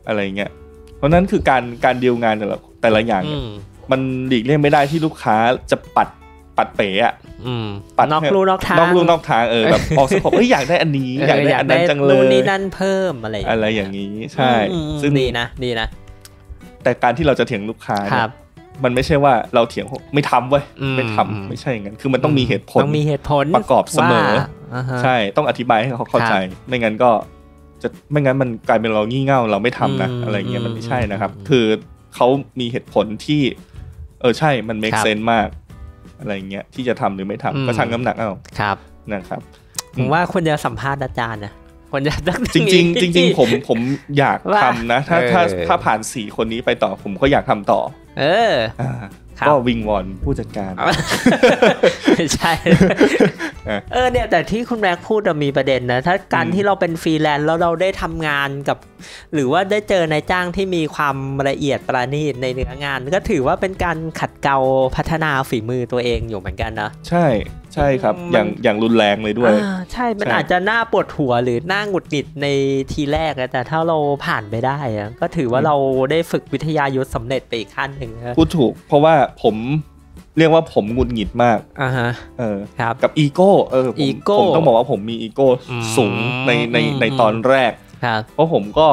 [SPEAKER 1] อะไรเงี้ยเพราะนั้นคือการการดีลงานแต่ละแต่ละอย่าง
[SPEAKER 3] อื
[SPEAKER 1] เนี่ย
[SPEAKER 3] ม
[SPEAKER 1] มันหลีกเลี่ยงไม่ได้ที่ลูกค้าจะปัดปัดเป๋อะ
[SPEAKER 3] อืม
[SPEAKER 1] ปัด
[SPEAKER 2] นอก
[SPEAKER 1] ให้
[SPEAKER 2] ลูนอกทาง
[SPEAKER 1] นอกลูนอกทางเออแบบออกสโคบเอ้ยอยากได้อันนี้
[SPEAKER 3] เออ
[SPEAKER 1] อยากได้
[SPEAKER 2] อยา
[SPEAKER 1] อั
[SPEAKER 2] ก
[SPEAKER 1] น
[SPEAKER 2] ได้
[SPEAKER 1] นั้นจังเล
[SPEAKER 2] นู่น
[SPEAKER 1] ย
[SPEAKER 2] นี่นั่นเพิ่มอะไร
[SPEAKER 1] อะไรอย่างนี้ใช่
[SPEAKER 2] อืมอืม
[SPEAKER 1] ซึ่ง
[SPEAKER 2] ดีนะดีนะ
[SPEAKER 1] แต่การที่เราจะเถียงลูกค้า
[SPEAKER 2] ค
[SPEAKER 1] เนี่
[SPEAKER 2] รับ
[SPEAKER 1] ยมันไม่ใช่ว่าเราเถียงไม่ทำเว้ย
[SPEAKER 3] อืม
[SPEAKER 1] ไม่ทำ
[SPEAKER 3] อืม
[SPEAKER 1] ไม่ใช่อย่างนั้นคือมันต้องมีเหตุผล
[SPEAKER 2] ต้องมีเหตุผล
[SPEAKER 1] ประกอบเสมอ
[SPEAKER 2] ว่าอ่าฮะ
[SPEAKER 1] ใช่ ต้องอธิบายให้เขาเข้าใจ ไม่งั้นก็จะไม่งั้นมันกลายเป็นเรางี่เง่าเราไม่ทำนะ
[SPEAKER 2] อืม
[SPEAKER 1] อะไรเงี้ยมันไม่ใช่นะครับ
[SPEAKER 3] อืม
[SPEAKER 1] คือเขามีเหตุผลที่ เออใช่มัน
[SPEAKER 3] ค
[SPEAKER 1] make
[SPEAKER 3] รับ
[SPEAKER 1] sense มาก อะไรเงี้ยที่จะทำหรือไม่ทำ
[SPEAKER 3] อืม
[SPEAKER 1] ก็ชั่งน้ำหนักเอา
[SPEAKER 3] ครับ
[SPEAKER 1] นะครับ
[SPEAKER 2] ผมว่าควรจะสัมภาษณ์อาจารย์นะควรจะตั้ง
[SPEAKER 1] จริงจริง
[SPEAKER 2] นี้
[SPEAKER 1] จริง ๆ ผมผมอยาก
[SPEAKER 2] ว่า
[SPEAKER 1] ทำนะ ถ้าถ้า
[SPEAKER 3] เออ
[SPEAKER 1] ถ้าผ่านสี่คนนี้ไปต่อผมก็อยากทำต่อ
[SPEAKER 2] เออ
[SPEAKER 1] อ่า
[SPEAKER 2] ครับ
[SPEAKER 1] ก็วิงวอนผู้จัดการ
[SPEAKER 2] ไม่ใช่
[SPEAKER 1] เออ
[SPEAKER 2] เออเนี่ยแต่ที่คุณแม็กพูดอะมีประเด็นนะ ถ้าการที่เราเป็นฟรีแลนซ์แล้วเราได้ทำงานกับ หรือว่าได้เจอนายจ้างที่มีความละเอียดประณีตในเนื้องาน ก็ถือว่าเป็นการขัดเกลาพัฒนาฝีมือตัวเองอยู่เหมือนกันนะ
[SPEAKER 1] ใช่ใช่ครับ
[SPEAKER 2] มัน
[SPEAKER 1] อย่างอย่างรุนแรงเลยด้วย
[SPEAKER 2] อ่าใช่ มัน
[SPEAKER 1] ใช่
[SPEAKER 2] อาจจะน่าปวดหัวหรือน่าหงุดหงิดในทีแรกนะแต่ถ้าเราผ่านไปได้อะก็ถือว่าเราได้ฝึกวิทยายุทธสำเร็จไปอีกขั้นหนึ่งนะ
[SPEAKER 1] พูดถูก เพราะว่าผมเรียกว่าผมหงุดหงิดมาก
[SPEAKER 2] อ่าฮะ
[SPEAKER 1] เออ
[SPEAKER 2] ครับ
[SPEAKER 1] กับอีโก้เออผม
[SPEAKER 2] Ego
[SPEAKER 1] ผมต้องบอกว่าผมมีอีโก้
[SPEAKER 3] อืม
[SPEAKER 1] สูงในใน
[SPEAKER 3] อืม
[SPEAKER 1] ในตอนแรก
[SPEAKER 2] ครับ
[SPEAKER 1] เพราะผมก็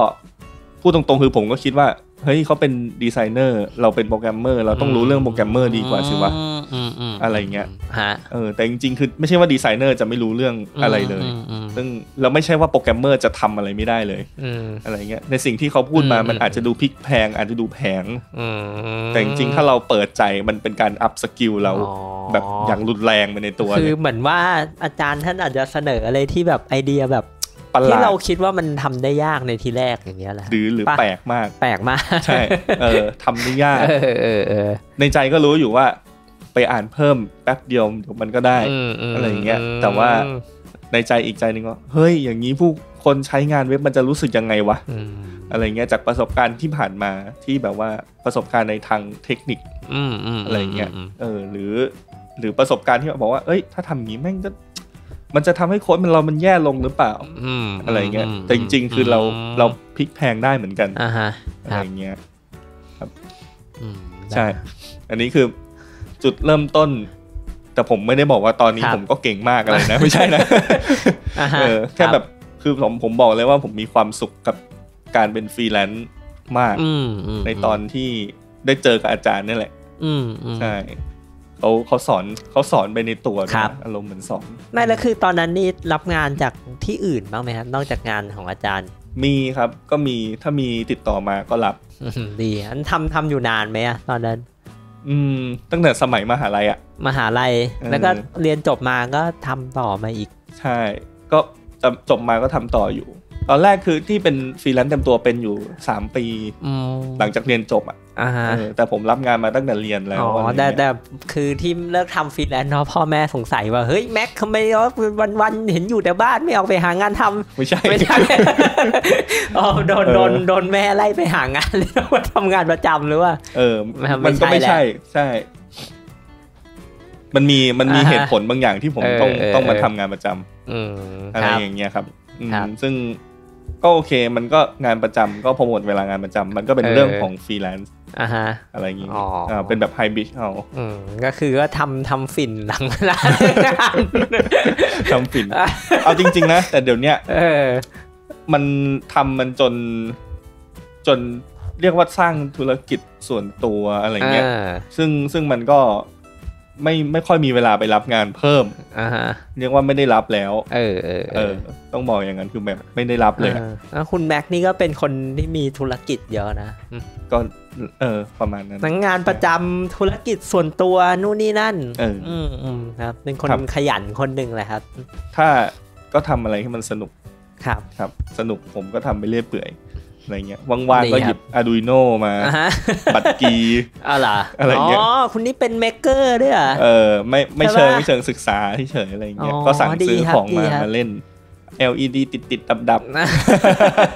[SPEAKER 1] พูดตรงๆ คือผมก็คิดว่า เฮ้ยเขาเป็นดีไซเนอร์เราเป็นโปรแกรมเมอร์เราต้องรู้เรื่องโปรแกรมเมอร์ดีกว่าสิวะ
[SPEAKER 3] อืมมม
[SPEAKER 1] อะไรเงี้ย
[SPEAKER 3] ฮะ
[SPEAKER 1] เออแต่จริงๆ คือไม่ใช่ว่าดีไซเนอร์จะไม่รู้เรื่องอะไรเลย
[SPEAKER 3] มอืมอืม
[SPEAKER 1] ซึ่งเราไม่ใช่ว่าโปรแกรมเมอร์จะทำอะไรไม่ได้เลย
[SPEAKER 3] อืม
[SPEAKER 1] อะไรเงี้ยในสิ่งที่เขาพูดมา
[SPEAKER 3] อืม
[SPEAKER 1] มันอาจจะดูพลิกแพง อาจจะดูแพง
[SPEAKER 3] อืม
[SPEAKER 1] แต่จริงๆ ถ้าเราเปิดใจมันเป็นการอัพสกิลเรา
[SPEAKER 3] อ๋อ
[SPEAKER 1] แบบอย่างรุนแรงไปในตัว
[SPEAKER 2] คื
[SPEAKER 1] เล
[SPEAKER 2] อย เหมือนว่าอาจารย์ท่านอาจจะเสนออะไรที่แบบไอเดียแบบ
[SPEAKER 1] ประห
[SPEAKER 2] ที่
[SPEAKER 1] ลา
[SPEAKER 2] เรา
[SPEAKER 1] ด
[SPEAKER 2] คิดว่ามันทำได้ยากในทีแรกอย่างเงี้ยแหละ
[SPEAKER 1] หรือหรือ
[SPEAKER 2] ปะ
[SPEAKER 1] แปลก มาก
[SPEAKER 2] แปลกมาก
[SPEAKER 1] ใช่ เออทำได้ยาก
[SPEAKER 3] เออเออเออ
[SPEAKER 1] ในใจก็รู้อยู่ว่าไปอ่านเพิ่มแป๊บเดียวเดี๋ยวมันก็ได้
[SPEAKER 3] อืมม
[SPEAKER 1] อะไรอย่างเงี้ยแต่ว่า ในใจอีกใจหนึงก็เฮ้ย อย่างนี้ผู้คนใช้งานเว็บมันจะรู้สึกยังไงวะ
[SPEAKER 3] อืม
[SPEAKER 1] อะไรเงี้ยจากประสบการณ์ที่ผ่านมาที่แบบว่าประสบการณ์ในทางเทคนิค
[SPEAKER 3] อืมม
[SPEAKER 1] อะไรเงี้ย
[SPEAKER 3] อืม
[SPEAKER 1] เออ หรือ หรือประสบการณ์ที่บอกว่า เอ้ย ถ้าทำอย่างนี้แม่งจะมันจะทำให้โค้ดมันเรามันแย่ลงหรือเปล่า
[SPEAKER 3] อืม
[SPEAKER 1] อะไรเงี้ย
[SPEAKER 3] ม
[SPEAKER 1] แต่จริง ๆ คือเรา
[SPEAKER 3] ม
[SPEAKER 1] เราพลิกแพลงได้เหมือนกัน
[SPEAKER 3] อ่าฮะ
[SPEAKER 1] อะ
[SPEAKER 3] ค
[SPEAKER 1] ไร
[SPEAKER 3] รับ
[SPEAKER 1] เงี้ย
[SPEAKER 3] อืม
[SPEAKER 1] ใช่ อันนี้คือจุดเริ่มต้น แต่ผมไม่ได้บอกว่าตอนนี้
[SPEAKER 3] ครับ
[SPEAKER 1] ผมก็เก่งมากอะไรนะ ไม่ใช่นะ
[SPEAKER 3] อ่าฮะ
[SPEAKER 1] เออแค่
[SPEAKER 3] รั
[SPEAKER 1] แบบคือผมผมบอกเลยว่าผมมีความสุขกับการเป็นฟรีแลนซ์มาก
[SPEAKER 3] อืมม
[SPEAKER 1] ในตอนที่ได้เจอกับอาจารย์นี่แหละ
[SPEAKER 3] อืมอืม
[SPEAKER 1] ใช่เขาเขาสอนเขาสอนไปในตัวด้วยนะครับ อารมณ์เหมือนสอน
[SPEAKER 2] ไม่แล้วคือตอนนั้นนี่รับงานจากที่อื่นบ้างไหมครับนอกจากงานของอาจารย์
[SPEAKER 1] มีครับก็มีถ้ามีติดต่อมาก็รับ
[SPEAKER 2] อืมดีอันทำทำอยู่นานไหมอะตอนนั้น
[SPEAKER 1] อืม ตั้งแต่สมัยมหาลัยอ่ะ
[SPEAKER 2] มหาลัย
[SPEAKER 1] เออ
[SPEAKER 2] แล้วก็เรียนจบมาก็ทำต่อมาอีก
[SPEAKER 1] ใช่ ก็จบจบมาก็ทำต่ออยู่ ตอนแรกคือที่เป็นฟรีแลนซ์เต็มตัวเป็นอยู่สามปี
[SPEAKER 3] อืม
[SPEAKER 1] หลังจากเรียนจบอ่ะ
[SPEAKER 3] อ่าฮะ
[SPEAKER 1] เออแต่ผมรับงานมาตั้งแต่เรียนแล้ว
[SPEAKER 2] อ๋อ
[SPEAKER 1] อะไร
[SPEAKER 2] แต่
[SPEAKER 1] เงี้ย
[SPEAKER 2] แต่คือที่เลิกทำฟรีแลนซ์เนาะพ่อแม่สงสัยว่าเฮ้ยแม็กทำไมวันวันๆเห็นอยู่แต่บ้านไม่ออกไปหางานทำ
[SPEAKER 1] ไม่ใช่
[SPEAKER 2] ไม่ใช่ อ๋อโดนโดน
[SPEAKER 1] เออ
[SPEAKER 2] โดนแม่ไล่ไปหางาน เลยต้องมาทำงานประจำหรือว่า
[SPEAKER 1] เออ
[SPEAKER 2] ไม่ครับ
[SPEAKER 1] มันก็
[SPEAKER 2] ไม่
[SPEAKER 1] ไม่
[SPEAKER 2] ใช่
[SPEAKER 1] ใช่ ใช่ มันมี มันมี
[SPEAKER 3] อ่าฮะ
[SPEAKER 1] เหตุผลบางอย่างที่ผม
[SPEAKER 3] เออ
[SPEAKER 1] ต้อง
[SPEAKER 3] เออ
[SPEAKER 1] ต้องมา
[SPEAKER 3] เออ
[SPEAKER 1] ทำงานประจำ
[SPEAKER 3] อืม
[SPEAKER 1] อะ
[SPEAKER 3] ค
[SPEAKER 1] ไร
[SPEAKER 3] รับ
[SPEAKER 1] อย่างเงี้ยครับอืม
[SPEAKER 3] ครับ
[SPEAKER 1] ซึ่งก็โอเค มันก็งานประจำก็พอหมดเวลางานประจำมันก็เป็น
[SPEAKER 3] เออ
[SPEAKER 1] เรื่องของฟรีแลนซ์
[SPEAKER 3] อ่าฮะ
[SPEAKER 1] อะไรอย่างงี้
[SPEAKER 3] อ๋ออ่
[SPEAKER 1] าเป็นแบบไฮบริดเอา
[SPEAKER 3] อืมก็คือก็ทำทำฝิ่นหลังร้าน
[SPEAKER 1] ทำฝิ่น เอาจริง ๆ นะ แต่เดี๋ยวเนี้ย
[SPEAKER 3] เออ
[SPEAKER 1] มันทำมันจน จนเรียกว่าสร้างธุรกิจส่วนตัวอะไรเงี้ย ซึ่งซึ่งมันก็ไม่ไม่ค่อยมีเวลาไปรับงานเพิ่ม
[SPEAKER 3] อ่าฮะ
[SPEAKER 1] เรียกว่าไม่ได้รับแล้ว
[SPEAKER 3] เออเออ
[SPEAKER 1] เออ ต้องบอกอย่างนั้นคือแบบไม่ได้รับเลยอะ
[SPEAKER 3] ออ
[SPEAKER 2] แล้วคุณแม็กนี่ก็เป็นคนที่มีธุรกิจเยอะนะ
[SPEAKER 1] ก็เออ ประมาณนั้น
[SPEAKER 2] ทั้งงานประจำธุรกิจส่วนตัวนู่นนี่นั่น
[SPEAKER 1] เอออื
[SPEAKER 2] มอืมครับ เป็นคน
[SPEAKER 1] ครับ
[SPEAKER 2] ขยันคนหนึ่งแหละครับ
[SPEAKER 1] ถ้าก็ทำอะไรให้มันสนุก
[SPEAKER 2] ครับ
[SPEAKER 1] ครับ สนุกผมก็ทำไปเรื่อยเปื่อยอะไรเงี้ยว่างๆก็หยิบ Arduino มา
[SPEAKER 3] อ่าฮะ
[SPEAKER 1] บัตรกี
[SPEAKER 3] เอาเหรอ
[SPEAKER 1] อะไรเงี้ย
[SPEAKER 2] อ๋อ คุณนี่เป็นเมกเกอร์ด้วยเห รอ
[SPEAKER 1] เออไม่ไม่
[SPEAKER 2] ใช่
[SPEAKER 1] เชิงไม่เชิ
[SPEAKER 2] ปะ
[SPEAKER 1] งศึกษาเฉยๆอะไรเงี้ย
[SPEAKER 2] อ๋อ
[SPEAKER 1] ก็สั่ง
[SPEAKER 2] ดี
[SPEAKER 1] ซื้อ
[SPEAKER 2] ครับ
[SPEAKER 1] ของมา
[SPEAKER 2] ดีครับ
[SPEAKER 1] มาเล่น LED ติดติดดับดับ
[SPEAKER 3] นะ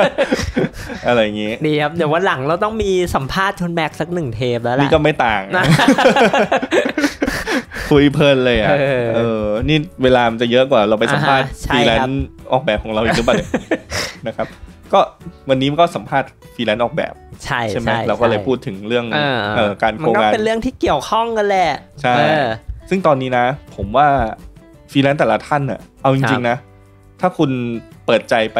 [SPEAKER 1] ๆ อะไรเงี้ย
[SPEAKER 2] ดีครับ เดี๋ยววันหลังเราต้องมีสัมภาษณ์คุณแม็กสักหนึ่งเทปแล้ว
[SPEAKER 1] นี่
[SPEAKER 2] ล่ะ
[SPEAKER 1] ก็ไม่ต่าง คุยเพลินเลยอ่ะ
[SPEAKER 3] เออ
[SPEAKER 1] เออ นี่เวลามันจะเยอะกว่าเราไปสัมภาษณ์
[SPEAKER 2] อ่าฮะ
[SPEAKER 1] ฟ
[SPEAKER 2] ใช่
[SPEAKER 1] รีแลน
[SPEAKER 2] ครับ
[SPEAKER 1] ซ์ออกแบบของเราอีกหรือเปล่าเนี่ย นะครับ ก็วันนี้มันก็สัมภาษณ์ฟรีแลนซ์ออกแบบ
[SPEAKER 2] ใช่
[SPEAKER 1] ใช่ไหม
[SPEAKER 2] ใช่
[SPEAKER 1] เราก็เลยพูดถึงเรื่อง
[SPEAKER 3] เออ
[SPEAKER 1] เอ่อการโค
[SPEAKER 2] มันก็
[SPEAKER 1] งาน
[SPEAKER 2] เป็นเรื่องที่เกี่ยวข้องกันแหละ
[SPEAKER 1] ใช่
[SPEAKER 2] เออ
[SPEAKER 1] ซึ่งตอนนี้นะ ผมว่าฟรีแลนซ์แต่ละท่านอะเอาจ
[SPEAKER 3] ครั
[SPEAKER 1] ริง
[SPEAKER 3] บ
[SPEAKER 1] ๆนะ ถ้าคุณเปิดใจไป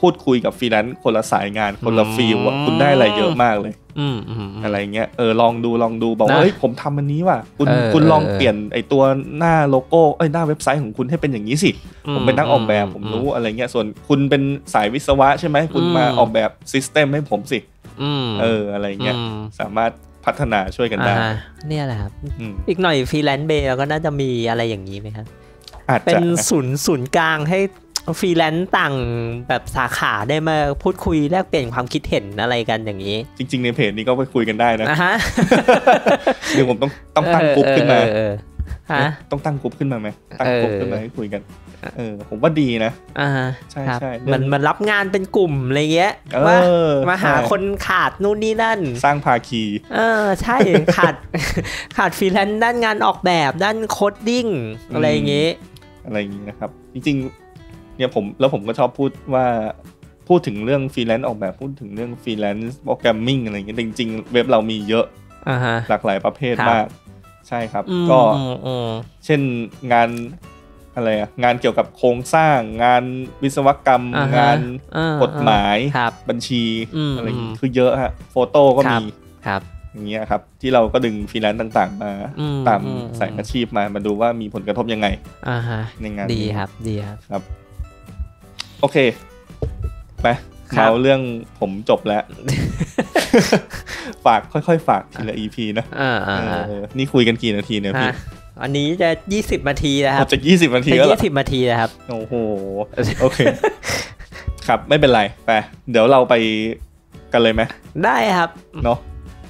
[SPEAKER 1] พูดคุยกับฟรีแลนซ์คนละสายงานคนละฟิลอะคุณได้อะไรเยอะมากเลย
[SPEAKER 3] อืมอืมอืม
[SPEAKER 1] อะไรเงี้ยเออลองดูลองดูบอก
[SPEAKER 3] นะ
[SPEAKER 1] ว่าเฮ้ยผมทำอันนี้ว่ะคุณ
[SPEAKER 3] เออ
[SPEAKER 1] คุณลอง
[SPEAKER 3] เออ
[SPEAKER 1] เปลี่ยนไอตัวหน้าโลโก้เอ้ยหน้าเว็บไซต์ของคุณให้เป็นอย่างนี้สิ ผมเป็นนักออกแบบผมรู้อะไรเงี้ยส่วนคุณเป็นสายวิศวะใช่ไหมคุณมาออกแบบซิสเต็มให้ผมสิ
[SPEAKER 3] อืม
[SPEAKER 1] เอออะไรเงี้ย
[SPEAKER 3] อืม
[SPEAKER 1] สามารถพัฒนาช่วยกันได้
[SPEAKER 3] อ่าฮะเนี่ยแหละครับ
[SPEAKER 1] อืม
[SPEAKER 2] อีกหน่อยฟรีแลนซ์เบย์เราก็น่าจะมีอะไรอย่างนี้ไหมครับ
[SPEAKER 1] อาจ
[SPEAKER 2] เป็
[SPEAKER 1] จะ
[SPEAKER 2] น
[SPEAKER 1] นะ
[SPEAKER 2] ศูนย์ศูนย์กลางให้ ฟรีแลนซ์ต่างแบบสาขาได้มาพูดคุยแลกเปลี่ยนความคิดเห็นอะไรกันอย่างนี้
[SPEAKER 1] จริง ๆ ในเพจนี้ก็ไปคุยกันได้นะ
[SPEAKER 2] นะฮะ
[SPEAKER 1] เดี๋ยวผมต้องต้องตั้งกลุ่มขึ้นมา
[SPEAKER 3] เออเออเออฮะ
[SPEAKER 1] ต้องตั้งกลุ่มขึ้นมาไหมตั้งกลุ่ม
[SPEAKER 3] เออ
[SPEAKER 1] ขึ้นมาให้คุยกันเออผมว่าดีนะ
[SPEAKER 3] อ่าฮะ
[SPEAKER 1] ใช่
[SPEAKER 3] ครับ
[SPEAKER 1] ใช่
[SPEAKER 2] มั
[SPEAKER 1] เรื่อน ง
[SPEAKER 2] มันรับงานเป็นกลุ่มอะไรเงี้ย
[SPEAKER 1] เอ
[SPEAKER 2] ว่า
[SPEAKER 1] อ
[SPEAKER 2] มาหา
[SPEAKER 1] ใช่
[SPEAKER 2] คนขาดนู่นนี่นั่น
[SPEAKER 1] สร้างภาคี
[SPEAKER 2] เออใช่ ขาด ขาดฟรีแลนซ์ด้านงานออกแบบด้านโคดดิ้งอะไรอย่างงี้
[SPEAKER 1] อะไรอย่างนี้นะครับ จริงๆเนี่ยผมแล้วผมก็ชอบพูดว่าพูดถึงเรื่องฟรีแลนซ์ออกแบบพูดถึงเรื่องฟรีแลนซ์โปรแกรมมิ่งอะไรอย่างเงี้ยจริง ๆ เว็บเรามีเยอะ
[SPEAKER 3] อ่าฮะ
[SPEAKER 1] หลากหลายประเภท
[SPEAKER 3] ครับ
[SPEAKER 1] มาก ใช่ครับ
[SPEAKER 2] อืม
[SPEAKER 1] ก็
[SPEAKER 2] อืมอืม
[SPEAKER 1] เช่นงานอะไรอะงานเกี่ยวกับโครงสร้าง งานวิศวกรรม
[SPEAKER 3] อ่ฮะ
[SPEAKER 1] งาน
[SPEAKER 3] อ่
[SPEAKER 1] กฎหมาย
[SPEAKER 3] ครับ
[SPEAKER 1] บัญชี
[SPEAKER 3] อืม
[SPEAKER 1] อะไรอย่างงี้
[SPEAKER 3] อืม
[SPEAKER 1] คือเยอะฮะโฟโต้ก็
[SPEAKER 3] ครั
[SPEAKER 1] มี
[SPEAKER 3] บ ครับ
[SPEAKER 1] อย่างเงี้ยครับ ที่เราก็ดึงฟรีแลนซ์ต่างๆ มา
[SPEAKER 3] อื
[SPEAKER 1] ตาม
[SPEAKER 3] อือื
[SPEAKER 1] สายอาชีพมามาดูว่ามีผลกระทบยังไง
[SPEAKER 3] อ่าฮะ
[SPEAKER 1] ในงาน
[SPEAKER 3] ดี
[SPEAKER 1] นี้
[SPEAKER 3] ครับดีครับ
[SPEAKER 1] โอเค ไป
[SPEAKER 3] ครั
[SPEAKER 1] เมา
[SPEAKER 3] บ
[SPEAKER 1] เรื่องผมจบแล้ว ฝากค่อยๆ ฝากทีละ EP นะ
[SPEAKER 3] อ่าอ่าอ่า
[SPEAKER 1] เออนี่คุยกันกี่นาทีเนี่ยพี่
[SPEAKER 3] ฮะ
[SPEAKER 2] อันนี้จะ 20นาทีนะค
[SPEAKER 1] ผ
[SPEAKER 2] รับ
[SPEAKER 1] มจะยี่สิบนาที
[SPEAKER 2] จะ
[SPEAKER 1] แล้วเหรอ
[SPEAKER 2] 20นาทีนะครับ
[SPEAKER 1] โอ้โห โอเค ครับไม่เป็นไร ไป เดี๋ยวเราไปกันเลยไหม
[SPEAKER 2] ได้ครับ
[SPEAKER 1] เนาะ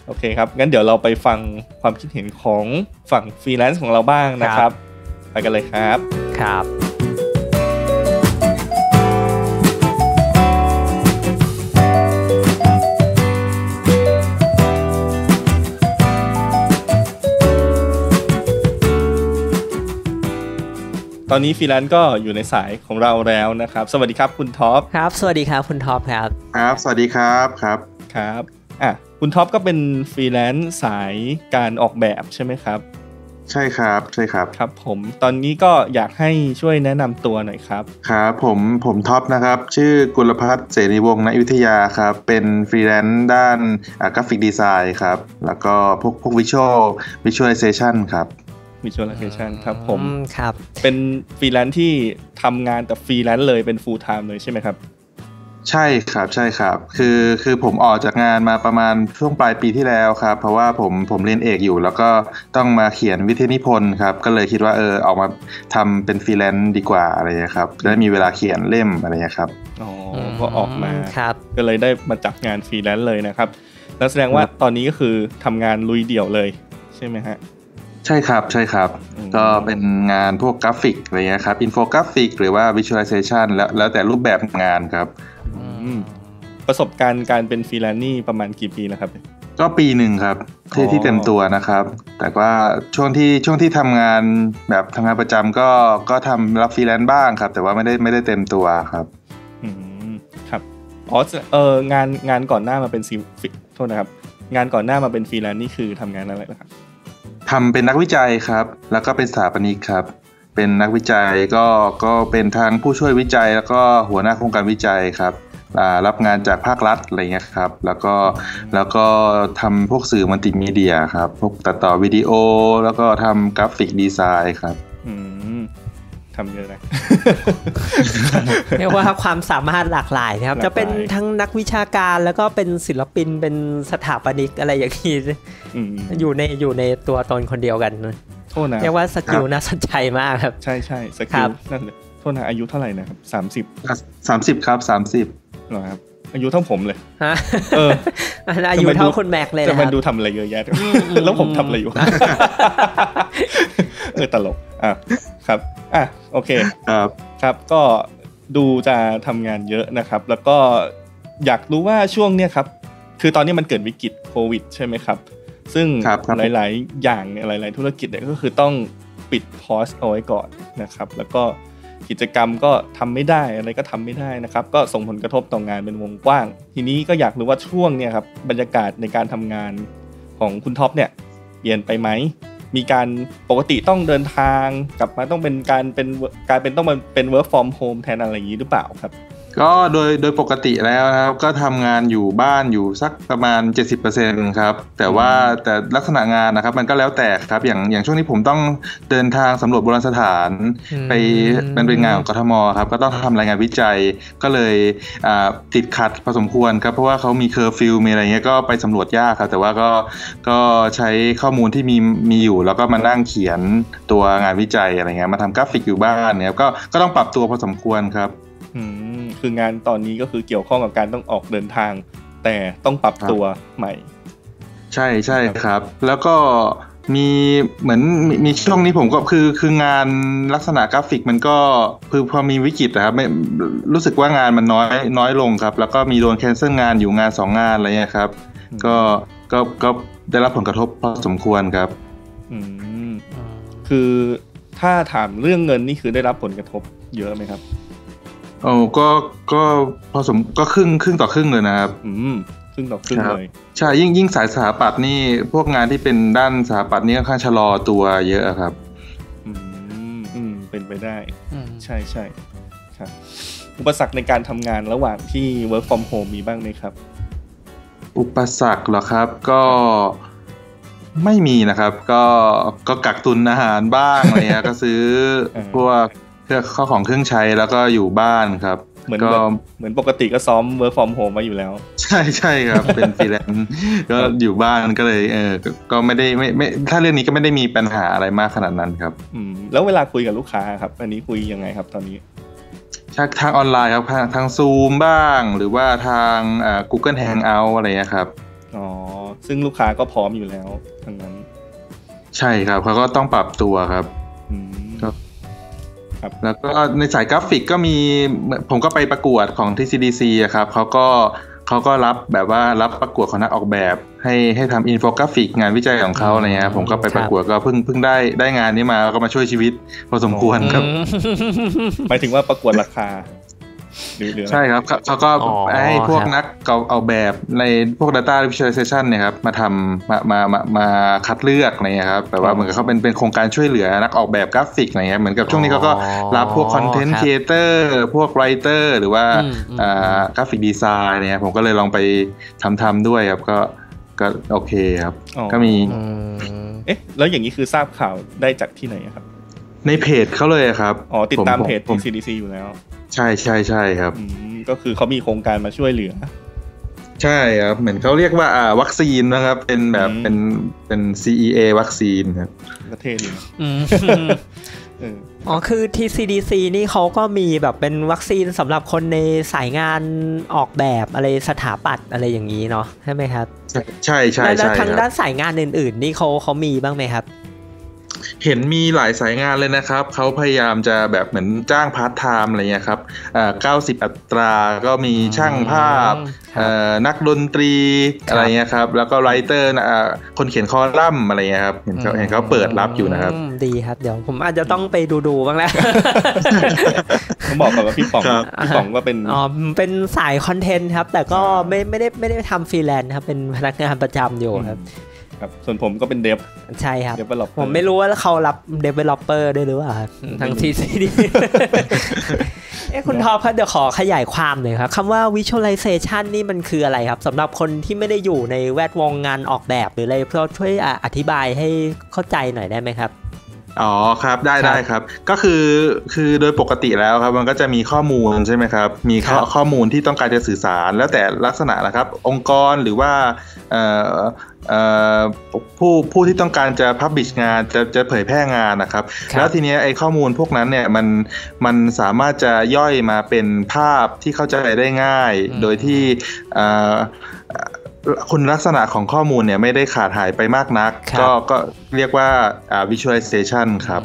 [SPEAKER 1] โอเคครับ งั้นเดี๋ยวเราไปฟังความคิดเห็นของฝั่งฟรีแลนซ์ของเราบ้างนะครับ ไปกันเลยครับ
[SPEAKER 2] ครับ
[SPEAKER 1] ตอนนี้ฟรีแลนซ์ก็อยู่ในสายของเราแล้วนะครับ สวัสดีครับคุณท็อป
[SPEAKER 2] ครับ สวัสดีครับคุณท็อปครับ
[SPEAKER 4] ครับ สวัสดีครับครับ
[SPEAKER 1] ครับ อ่ะ คุณท็อปก็เป็นฟรีแลนซ์สายการออกแบบใช่ไหมครับ
[SPEAKER 4] ใช่ครับใช่ครับ
[SPEAKER 1] ครับ ผม ตอนนี้ก็อยากให้ช่วยแนะนำตัวหน่อยครับ
[SPEAKER 4] ครับผมผมท็อปนะครับ ชื่อกุลพัฒน์เสรีวงศ์ณอยุธยาครับ เป็นฟรีแลนซ์ด้านอ่ากราฟิกดีไซน์ครับ แล้วก็พวกพวกวิชวลวิชวลเซชันครับ
[SPEAKER 1] Visualization ครับผม
[SPEAKER 2] อืมครับ
[SPEAKER 1] เป็นฟรีแลนซ์ที่ทำงานแต่ฟรีแลนซ์เลยเป็น full time เลยใช่ไหมครับ
[SPEAKER 4] ใช่ครับใช่ครับ คือคือผมออกจากงานมาประมาณช่วงปลายปีที่แล้วครับ เพราะว่าผมผมเรียนเอกอยู่ แล้วก็ต้องมาเขียนวิทยนิพนธ์ครับ ก็เลยคิดว่าเออออกมาทำเป็นฟรีแลนซ์ดีกว่าอะไรเงี้ยครับจะได้มีเวลาเขียนเล่มอะไรเงี้ยครับ
[SPEAKER 1] อ๋อก็ออกมา
[SPEAKER 2] ครับ
[SPEAKER 1] ก็เลยได้มาจับงานฟรีแลนซ์เลยนะครับ แล้วแสดงว่าตอนนี้ก็คือทำงานลุยเดี่ยวเลยใช่ไหมฮะ
[SPEAKER 4] ใช่ครับใช่ครับ
[SPEAKER 1] อืม
[SPEAKER 4] ก็เป็นงานพวกกราฟิกอะไรเงี้ยครับอินโฟกราฟิกหรือว่าวิชวลไ z เซชันแล้วแล้วแต่รูปแบบงานครับ
[SPEAKER 1] อืม ประสบการณ์การเป็นฟรีแลนซ์นี่ประมาณกี่ปีแล้วครับ
[SPEAKER 4] ก็ปีหนึ่งครับที่
[SPEAKER 1] อ๋อ
[SPEAKER 4] ที่เต็มตัวนะครับ แต่ว่าช่วงที่ช่วงที่ทำงานแบบทำงานประจำก็ก็ทำรับฟรีแลนซ์บ้างครับ แต่ว่าไม่ได้ไม่ได้เต็มตัวครับ
[SPEAKER 1] อืมครับอ๋อเอองานงานก่อนหน้ามาเป็นซีฟิโทษนะครับ งานก่อนหน้ามาเป็นฟรีแลนซ์นี่คือทำงานอะไรนะครับ
[SPEAKER 4] ทำเป็นนักวิจัยครับ แล้วก็เป็นสถาปนิกครับ เป็นนักวิจัยก็ก็เป็นทั้งผู้ช่วยวิจัย แล้วก็หัวหน้าโครงการวิจัยครับอ่ารับงานจากภาครัฐอะไรเงี้ยครับ แล้วก็แล้วก็ทำพวกสื่อมัลติมีเดียครับ พวกตัดต่อวิดีโอ แล้วก็ทำกราฟิกดีไซน์ครับ
[SPEAKER 1] อืมทำเยอะนะ
[SPEAKER 2] เรียกว่าความสามารถหลากหลายนะครับ
[SPEAKER 1] หลากหลาย
[SPEAKER 2] จะเป็นทั้งนักวิชาการแล้วก็เป็นศิลปินเป็นสถาปนิกอะไรอย่างนี้
[SPEAKER 1] อืม
[SPEAKER 2] อยู่ในอยู่ในตัวตนคนเดียวกัน
[SPEAKER 1] โทษนะ
[SPEAKER 2] เรียกว่าสกิลน่าสนใจมากครับ
[SPEAKER 1] ใช่ใช่ส
[SPEAKER 2] ค
[SPEAKER 1] กิ
[SPEAKER 2] รั
[SPEAKER 1] ล
[SPEAKER 2] บ
[SPEAKER 1] นั่นเลยโทษนะอายุเท่าไหร่นะครับสามสิบ
[SPEAKER 4] สามสิบครับสามสิบ
[SPEAKER 1] หรอครับอายุเท่าผมเลย
[SPEAKER 2] ฮะ
[SPEAKER 1] เออ
[SPEAKER 2] อัน นั้นอายุ
[SPEAKER 1] จะมาดู
[SPEAKER 2] เท่าคุณแม็กเลย
[SPEAKER 1] จะ
[SPEAKER 2] นะค
[SPEAKER 1] มา
[SPEAKER 2] รับ
[SPEAKER 1] ดูทำอะไรเยอะแยะ แล้วผมทำอะไรอยู่ เออตลกอ่ะครับอ่ะโอเค
[SPEAKER 4] ครับ
[SPEAKER 1] ครับก็ดูจะทำงานเยอะนะครับ แล้วก็อยากรู้ว่าช่วงเนี้ยครับ คือตอนนี้มันเกิดวิกฤตโควิดใช่ไหมครับ ซึ่ง
[SPEAKER 4] ครับครับ
[SPEAKER 1] หลายๆ อย่างเนี่ยหลาย ๆ ธุรกิจเนี่ยก็คือต้องปิดคอร์สเอาไว้ก่อนนะครับ แล้วก็กิจกรรมก็ทำไม่ได้อะไรก็ทำไม่ได้นะครับ ก็ส่งผลกระทบต่องานเป็นวงกว้าง ทีนี้ก็อยากรู้ว่าช่วงเนี่ยครับบรรยากาศในการทำงานของคุณท็อปเนี่ยเปลี่ยนไปไหม มีการปกติต้องเดินทางกลับมาต้องเป็นการเป็นกลารเป็นต้องมาเป็น work from home แทนอะไรอย่างนี้หรือเปล่าครับ
[SPEAKER 4] ก็โดยโดยปกติแล้วนะครับ ก็ทำงานอยู่บ้านอยู่สักประมาณ 70%ครับ แต่ว่าแต่ลักษณะงานนะครับ มันก็แล้วแต่ครับ อย่างอย่างช่วงนี้ผมต้องเดินทางสำรวจโบราณสถาน
[SPEAKER 2] อืม
[SPEAKER 4] ไปมันเป็นงานของกทมครับ ก็ต้องทำรายงานวิจัยก็เลยอ่าติดขัดพอสมควรครับ เพราะว่าเขามีเคอร์ฟิวมีอะไรเงี้ยก็ไปสำรวจยากครับ แต่ว่าก็ก็ใช้ข้อมูลที่มีมีอยู่ แล้วก็มานั่งเขียนตัวงานวิจัยอะไรเงี้ยมาทำกราฟิกอยู่บ้านเนี่ยครับก็ก็ต้องปรับตัวพอสมควรครับ
[SPEAKER 1] อืมคืองานตอนนี้ก็คือเกี่ยวข้องกับการต้องออกเดินทาง แต่ต้องปรับตัวใหม่
[SPEAKER 4] ใช่ใช่ครับ แล้วก็มีเหมือนมีมีช่วงนี้ผมก็คือคืองานลักษณะกราฟิกมันก็คือพอมีวิกฤตนะครับไม่รู้สึกว่างานมันน้อยน้อยลงครับ แล้วก็มีโดนแคนเซิลงานอยู่งานสองงานอะไรเงี้ยครับ
[SPEAKER 1] อืม
[SPEAKER 4] ก็ก็ก็ได้รับผลกระทบพอสมควรครับ
[SPEAKER 1] อืมคือถ้าถามเรื่องเงินนี่คือได้รับผลกระทบเยอะไหมครับ
[SPEAKER 4] โอ้ก็ก็พอสมก็ครึ่งครึ่งต่อครึ่งเลยนะครับ
[SPEAKER 1] อืมครึ่งต่อครึ่ง
[SPEAKER 4] ครับ
[SPEAKER 1] เลย
[SPEAKER 4] ใช่ยิ่งยิ่งสายสถาปัตย์นี่พวกงานที่เป็นด้านสถาปัตย์นี่ค่อนข้างชะลอตัวเยอะครับ
[SPEAKER 1] อืมอืมเป็นไปได้
[SPEAKER 3] อืม
[SPEAKER 1] ใช่ใช่ครับอุปสรรคในการทำงานระหว่างที่ work from home มีบ้างไหมครับ
[SPEAKER 4] อุปสรรคเหรอครับก็ไม่มีนะครับ ก็ก็กักตุนอาหารบ้างอะไรเงี้ย ก็ซื้อ
[SPEAKER 1] เออ
[SPEAKER 4] พวกเครื่องข้าวของเครื่องใช้แล้วก็อยู่บ้านครับ
[SPEAKER 1] เหมือน
[SPEAKER 4] ก็
[SPEAKER 1] แบบเหมือนปกติก็ซ้อม work from home มาอยู่แล้ว
[SPEAKER 4] ใช่ใช่ ครับ เป็นฟรีแลนซ์ก็อยู่บ้านก็เลยเออก็ก็ไม่ได้ไม่ไม่ถ้าเรื่องนี้ก็ไม่ได้มีปัญหาอะไรมากขนาดนั้นครับ
[SPEAKER 1] อืมแล้วเวลาคุยกับลูกค้าครับ อันนี้คุยยังไงครับตอนนี้
[SPEAKER 4] ทางทางออนไลน์ครับทางทางซูมบ้าง หรือว่าทางเอ่อ Google Hangout อะไรเงี้ยครับ
[SPEAKER 1] อ๋อ ซึ่งลูกค้าก็พร้อมอยู่แล้วทั้งนั้น
[SPEAKER 4] ใช่ครับเขาก็ต้องปรับตัวครับ
[SPEAKER 1] อืม
[SPEAKER 4] ครับ
[SPEAKER 1] ครับ
[SPEAKER 4] แล้วก็ในสายกราฟิกก็มีผมก็ไปประกวดของ TCDC อะครับเขาก็เขาก็รับแบบว่ารับประกวดของนักออกแบบ ให้ให้ทำอินโฟกราฟิกงานวิจัยของเขาอะไรเงี้ยครับผมก็ไปประกวดก็เพิ่งเพิ่งได้ได้งานนี้มาแล้วก็มาช่วยชีวิตพอสมควรครับ
[SPEAKER 1] หมายถึงว่าประกวดราคาหรือหรืออะไร
[SPEAKER 4] ใช่ครับเขาเขาก็ให้พวกนักออกแบบในพวก Data Visualization เนี่ยครับมาทำมามามามาคัดเลือกอะไรเงี้ยครับแบบว่าเหมือนกับเขาเป็นเป็นโครงการช่วยเหลือนักออกแบบกราฟิกอะไรเงี้ยเหมือนกับช่วงนี้เขาก็ รับพวกคอนเทนต์ครีเอเตอร์พวกไรเตอร์หรือว่า
[SPEAKER 3] อืมอืม
[SPEAKER 4] อ่ากราฟิกดีไซน์เนี่ยผมก็เลยลองไปทำทำด้วยครับก็ก็โอเคครับ
[SPEAKER 1] อ๋อ
[SPEAKER 4] ก็มี
[SPEAKER 3] อืม
[SPEAKER 1] เอ๊ะ แล้วอย่างนี้คือทราบข่าวได้จากที่ไหนอะครับ
[SPEAKER 4] ในเพจเขาเลยครับ
[SPEAKER 1] อ๋อ ติดตามเพจ
[SPEAKER 4] ผม
[SPEAKER 1] TCDC อยู่แล้ว
[SPEAKER 4] ใช่ใช่ใช่ครับ
[SPEAKER 1] อืม ก็คือเขามีโครงการมาช่วยเหลือ
[SPEAKER 4] ใช่ครับ เหมือนเขาเรียกว่าอ่าวัคซีนนะครับ เป็นแบบ
[SPEAKER 1] อืม
[SPEAKER 4] เป็นเป็น CEA วัคซีนครับ
[SPEAKER 1] ประเทศเลย
[SPEAKER 3] อืม
[SPEAKER 1] เออ
[SPEAKER 2] อ๋อคือที่ CDC นี่เขาก็มีแบบเป็นวัคซีนสำหรับคนในสายงานออกแบบอะไรสถาปัตย์อะไรอย่างนี้เนาะใช่ไหมครับ
[SPEAKER 4] ใช่ใช่ใช่
[SPEAKER 2] แล้วแล้ว
[SPEAKER 4] ใช่
[SPEAKER 2] ทาง
[SPEAKER 4] ค
[SPEAKER 2] ด้า
[SPEAKER 4] รับ
[SPEAKER 2] นสายงานอื่น ๆ นี่เขาเขามีบ้างไหมครับ
[SPEAKER 4] เห็นมีหลายสายงานเลยนะครับ เขาพยายามจะแบบเหมือนจ้างพาร์ทไทม์อะไรเงี้ยครับอ่าเก้าสิบอัตราก็มีช่างภา
[SPEAKER 3] ครั
[SPEAKER 4] พ
[SPEAKER 3] บ
[SPEAKER 4] เอ่อนักดนตรี
[SPEAKER 3] ครับ
[SPEAKER 4] อะไรเงี้ยครับ แล้วก็ไรเตอร์นะอ่าคนเขียนคอลัมน์อะไรเงี้ยครับเห็นเขา
[SPEAKER 3] อืม
[SPEAKER 4] เห็นเขาเปิดรับอยู่นะครับ
[SPEAKER 2] อืมดีครับเดี๋ยวผมอาจจะต้องไปดูดูๆบ้าง แล้ว
[SPEAKER 1] ต้องบอกก่อนว่าพี่ป๋อง
[SPEAKER 4] ครับ
[SPEAKER 1] พี่ป๋องก็เป็น
[SPEAKER 2] อ๋อเป็นสายคอนเทนต์ครับ แต่ก็ไม่ไม่ได้ไม่ได้ทำฟรีแลนซ์ครับ เป็นพนักงานประจำอยู่ครับ
[SPEAKER 1] ครับส่วนผมก็เป็นเดฟ
[SPEAKER 2] ใช่ครับ
[SPEAKER 1] เดฟเวลลอป
[SPEAKER 2] ผมไม่รู้ว่าเขารับ developer ด้วยหรือเปล่าครับ
[SPEAKER 3] ทั้งที่ซีดี
[SPEAKER 2] เอ้คุณท็อปครับเดี๋ยวขอขยายความหน่อยครับคำว่า visualization นี่มันคืออะไรครับสำหรับคนที่ไม่ได้อยู่ในแวดวงงานออกแบบหรืออะไรเพื่อช่วยอ่ะอธิบายให้เข้าใจหน่อยได้ไหมครับ
[SPEAKER 4] อ๋อครับได้
[SPEAKER 2] ครับ
[SPEAKER 4] ได้ครับ ก็คือคือโดยปกติแล้วครับมันก็จะมีข้อมูลใช่ไหมครับ มีข้อ
[SPEAKER 2] ครับ
[SPEAKER 4] ข้อมูลที่ต้องการจะสื่อสารแล้วแต่ลักษณะนะครับ องค์กรหรือว่าเอ่อเอ่อผู้ผู้ที่ต้องการจะพับบิชงานจะจะเผยแพร่งานนะครับ
[SPEAKER 3] ครับ
[SPEAKER 4] แล้วทีเนี้ยไอ้ข้อมูลพวกนั้นเนี่ยมันมันสามารถจะย่อยมาเป็นภาพที่เข้าใจได้ง่าย
[SPEAKER 3] อืม
[SPEAKER 4] โดยที่เอ่อคุณลักษณะของข้อมูลเนี่ยไม่ได้ขาดหายไปมากนัก
[SPEAKER 3] ครับ
[SPEAKER 4] ก็ก็เรียกว่าอ่า visualization ครับ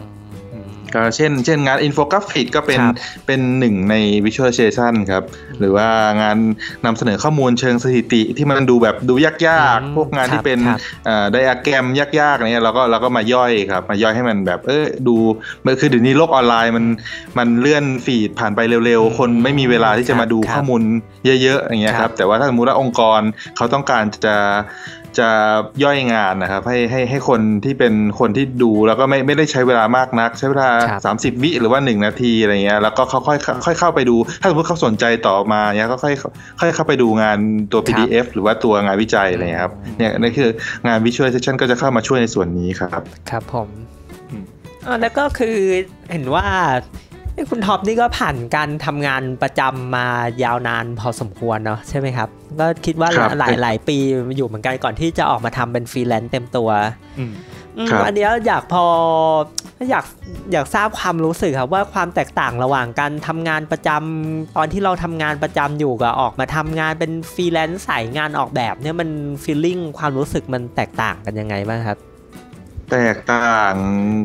[SPEAKER 3] อืม
[SPEAKER 4] ก็เช่น เช่นงานอินโฟกราฟิกก็เป็น
[SPEAKER 3] ครับ
[SPEAKER 4] เป็นหนึ่งใน visualization ครับ หรือว่างานนำเสนอข้อมูลเชิงสถิติที่มันดูแบบดูยาก
[SPEAKER 3] อืม
[SPEAKER 4] ๆ พวกงาน
[SPEAKER 3] ครับ
[SPEAKER 4] ที่เป็น
[SPEAKER 3] ครับ
[SPEAKER 4] ไดอะแกรมยากๆอะไรเนี่ยเราก็เราก็มาย่อยครับ มาย่อยให้มันแบบเออดูมันคือเดี๋ยวนี้โลกออนไลน์มันมันเลื่อนฟีดผ่านไปเร็วๆ คนไม่มีเวลาที่จะมาดู
[SPEAKER 3] ครับ
[SPEAKER 4] ข้อมูลเยอะๆอย่างเงี้ย
[SPEAKER 3] ค
[SPEAKER 4] ค
[SPEAKER 3] รั
[SPEAKER 4] รับ บ แต่ว่าถ้าสมมติว่าองค์กรเขาต้องการจะจะย่อยงานนะครับให้ให้ให้คนที่เป็นคนที่ดูแล้วก็ไม่ไม่ได้ใช้เวลามากนัก ใช้เวลา
[SPEAKER 3] ครับ
[SPEAKER 4] 30 วิหรือว่า 1 นาทีอะไรเงี้ยแล้วก็เขาค่อยค่อยเข้าไปดู ถ้าสมมติเขาสนใจต่อมาเนี้ยก็ค่อยค่อยเข้าไปดูงานตัว PDF หรือว่าตัวงานวิจัยอะไรเงี้ยครับเนี่ยนั่นคืองานวิชวลเซชันก็จะเข้ามาช่วยในส่วนนี้ครับ
[SPEAKER 3] ครับผม
[SPEAKER 2] เออแล้วก็คือเห็นว่าเอ้ยคุณท็อปนี่ก็ผ่านการทำงานประจำมายาวนานพอสมควรเนาะใช่ไหมครับ ก็คิดว่า
[SPEAKER 4] ครับ
[SPEAKER 2] หลายหลายปีอยู่เหมือนกันก่อนที่จะออกมาทำเป็นฟรีแลนซ์เต็มตัว
[SPEAKER 1] อืม
[SPEAKER 2] อืม
[SPEAKER 4] ครับ
[SPEAKER 2] อันเนี้ยอยากพออยากอยากทราบความรู้สึกครับว่าความแตกต่างระหว่างการทำงานประจำตอนที่เราทำงานประจำอยู่กับออกมาทำงานเป็นฟรีแลนซ์สายงานออกแบบเนี่ยมันฟีลลิ่งความรู้สึกมันแตกต่างกันยังไงบ้างครับ
[SPEAKER 4] แตกต่าง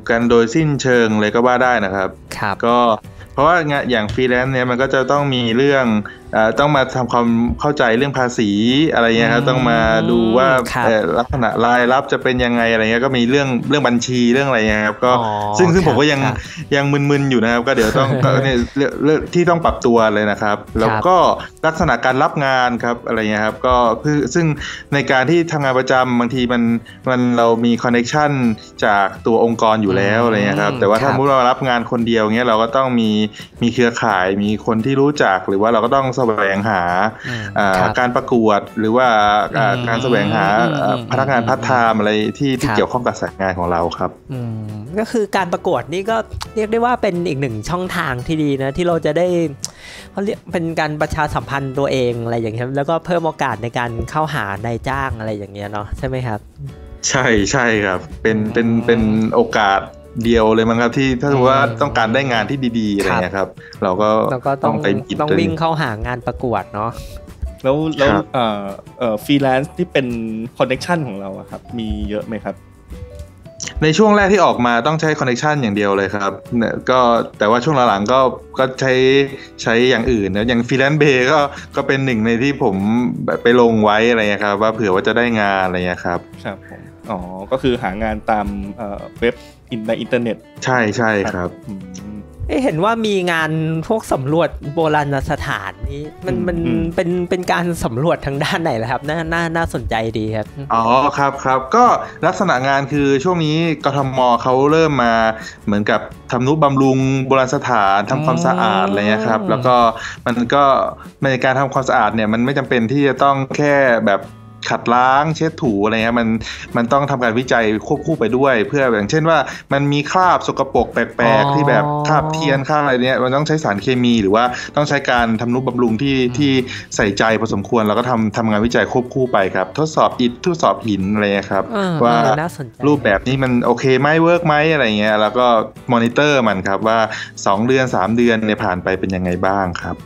[SPEAKER 4] กันโดยสิ้นเชิงเลยก็ว่าได้นะครับ
[SPEAKER 3] ครับ
[SPEAKER 4] ก็เพราะว่างานอย่างฟรีแลนซ์เนี่ยมันก็จะต้องมีเรื่องเออต้องมาทำความเข้าใจเรื่องภาษีอะไรเงี้ยครับ
[SPEAKER 3] อืม
[SPEAKER 4] ต้องมาดูว่า
[SPEAKER 3] ครับ
[SPEAKER 4] เอ่อลักษณะรายรับจะเป็นยังไงอะไรเงี้ยก็มีเรื่องเรื่องบัญชีเรื่องอะไรเงี้ยครับก็
[SPEAKER 3] อ๋อ
[SPEAKER 4] ซึ่งซึ่ง
[SPEAKER 3] ครับ
[SPEAKER 4] ผมก็ยัง
[SPEAKER 3] ครับ
[SPEAKER 4] ยังมึนๆอยู่นะครับ ก็เดี๋ยว ต้อง ก็เนี่ยเรื่องเรื่องที่ต้องปรับตัวเลยนะครับ แล้วก็ลักษณะการรับงานครับอะไรเงี้ยครับก็คือซึ่งในการที่ทำงานประจำบางทีมันมันเรามีคอนเนคชันจากตัวองค์กรอยู่แล้วอะไรเงี้ยครับ
[SPEAKER 3] อืม
[SPEAKER 4] แต่ว่า
[SPEAKER 3] ครั
[SPEAKER 4] ถ้า
[SPEAKER 3] บ
[SPEAKER 4] เรารับงานคนเดียวเงี้ยเราก็ต้องมีมีเครือข่ายมีคนที่รู้จักหรือว่าเราก็ต้องแสวงหา
[SPEAKER 3] อืม
[SPEAKER 4] อ่า
[SPEAKER 3] ครับ
[SPEAKER 4] การประกวดหรือว่าอ่า
[SPEAKER 3] อืม
[SPEAKER 4] การแสวงหา
[SPEAKER 3] อืม
[SPEAKER 4] เอ่ออ
[SPEAKER 3] ม
[SPEAKER 4] พนักงานพัฒไทม์อะไรที่ที่
[SPEAKER 3] ครับ
[SPEAKER 4] เกี่ยวข้องกับสายงานของเราครับ
[SPEAKER 3] อืม
[SPEAKER 2] ก็คือการประกวดนี่ก็เรียกได้ว่าเป็นอีกหนึ่งช่องทางที่ดีนะ ที่เราจะได้เขาเรียกเป็นการประชาสัมพันธ์ตัวเองอะไรอย่างเงี้ยแล้วก็เพิ่มโอกาสในการเข้าหานายจ้างอะไรอย่างเงี้ยเนาะใช่ไหมครับ
[SPEAKER 4] ใช่ใช่ครับเป็น
[SPEAKER 3] อืม
[SPEAKER 4] เป็นเป็นโอกาสเดียวเลยมั้งครับที่ถ้าสมมติว่า
[SPEAKER 3] อืม
[SPEAKER 4] ต้องการได้งานที่ดีๆอะไรเงี้ยครับ เราก็
[SPEAKER 2] แล้วก็ต้อง
[SPEAKER 4] ไปบิด
[SPEAKER 2] ต้อง
[SPEAKER 4] ตัว
[SPEAKER 2] วิ่ง
[SPEAKER 4] นี้
[SPEAKER 2] เข้าหางานประกวดเนาะ
[SPEAKER 1] แล้วแล้ว
[SPEAKER 4] ครับ
[SPEAKER 1] เอ่อเอ่อฟรีแลนซ์ที่เป็นคอนเน็ชันของเราอะครับ มีเยอะไหมครับ
[SPEAKER 4] ในช่วงแรกที่ออกมาต้องใช้คอนเน t ชันอย่างเดียวเลยครับเนี่ยก็แต่ว่าช่วงหลังๆก็ก็ใช้ใช้อย่างอื่นนะอย่างฟรีแลนซ์เบก็ก็เป็นหนึ่งในที่ผมแบบไปลงไว้อะไรเงี้ยครับ ว่าเผื่อว่าจะได้งานอะไรเงี้ยครับ
[SPEAKER 1] ครับผมอ๋อ ก็คือหางานตามเอ่อเว็บอินในอินเทอร์เน็ต
[SPEAKER 4] ใช่ใช่ครับ
[SPEAKER 1] อืม
[SPEAKER 2] เอ้ยเห็นว่ามีงานพวกสำรวจโบราณสถานนี้มันมัน
[SPEAKER 1] อืม
[SPEAKER 2] เป็นเป็นการสำรวจทางด้านไหนล่ะครับน่าน่าน่าสนใจดีครับ
[SPEAKER 4] อ๋อครับครับก็ลักษณะงานคือช่วงนี้กทมเขาเริ่มมาเหมือนกับทำนุบำรุงโบราณสถานทำความสะอาดอะไรเงี้ยครับ
[SPEAKER 3] อืม
[SPEAKER 4] แล้วก็มันก็ในการทำความสะอาดเนี่ยมันไม่จำเป็นที่จะต้องแค่แบบ ขัดล้างเช็ดถูอะไรเงี้ยมันมันต้องทำการวิจัยควบคู่ไปด้วย เพื่ออย่างเช่นว่ามันมีคราบสกปรกแปลก
[SPEAKER 3] อ๋อ
[SPEAKER 4] ๆที่แบบคราบเทียนคราบอะไรเนี้ยมันต้องใช้สารเคมีหรือว่าต้องใช้การทำนุบำรุงที่ที่ใส่ใจพอสมควรแล้วก็ทำทำงานวิจัยควบคู่ไปครับ ทดสอบอิฐทดสอบหินอะไรเงี้ยครับ
[SPEAKER 3] เออ
[SPEAKER 4] ว่า
[SPEAKER 3] เออน่าสนใจ
[SPEAKER 4] รูปแบบนี้มันโอเคไหมเวิร์กไหมอะไรเงี้ยแล้วก็มอนิเตอร์มันครับว่า 2 เดือน 3 เดือนเนี่ยผ่านไปเป็นยังไงบ้างครับ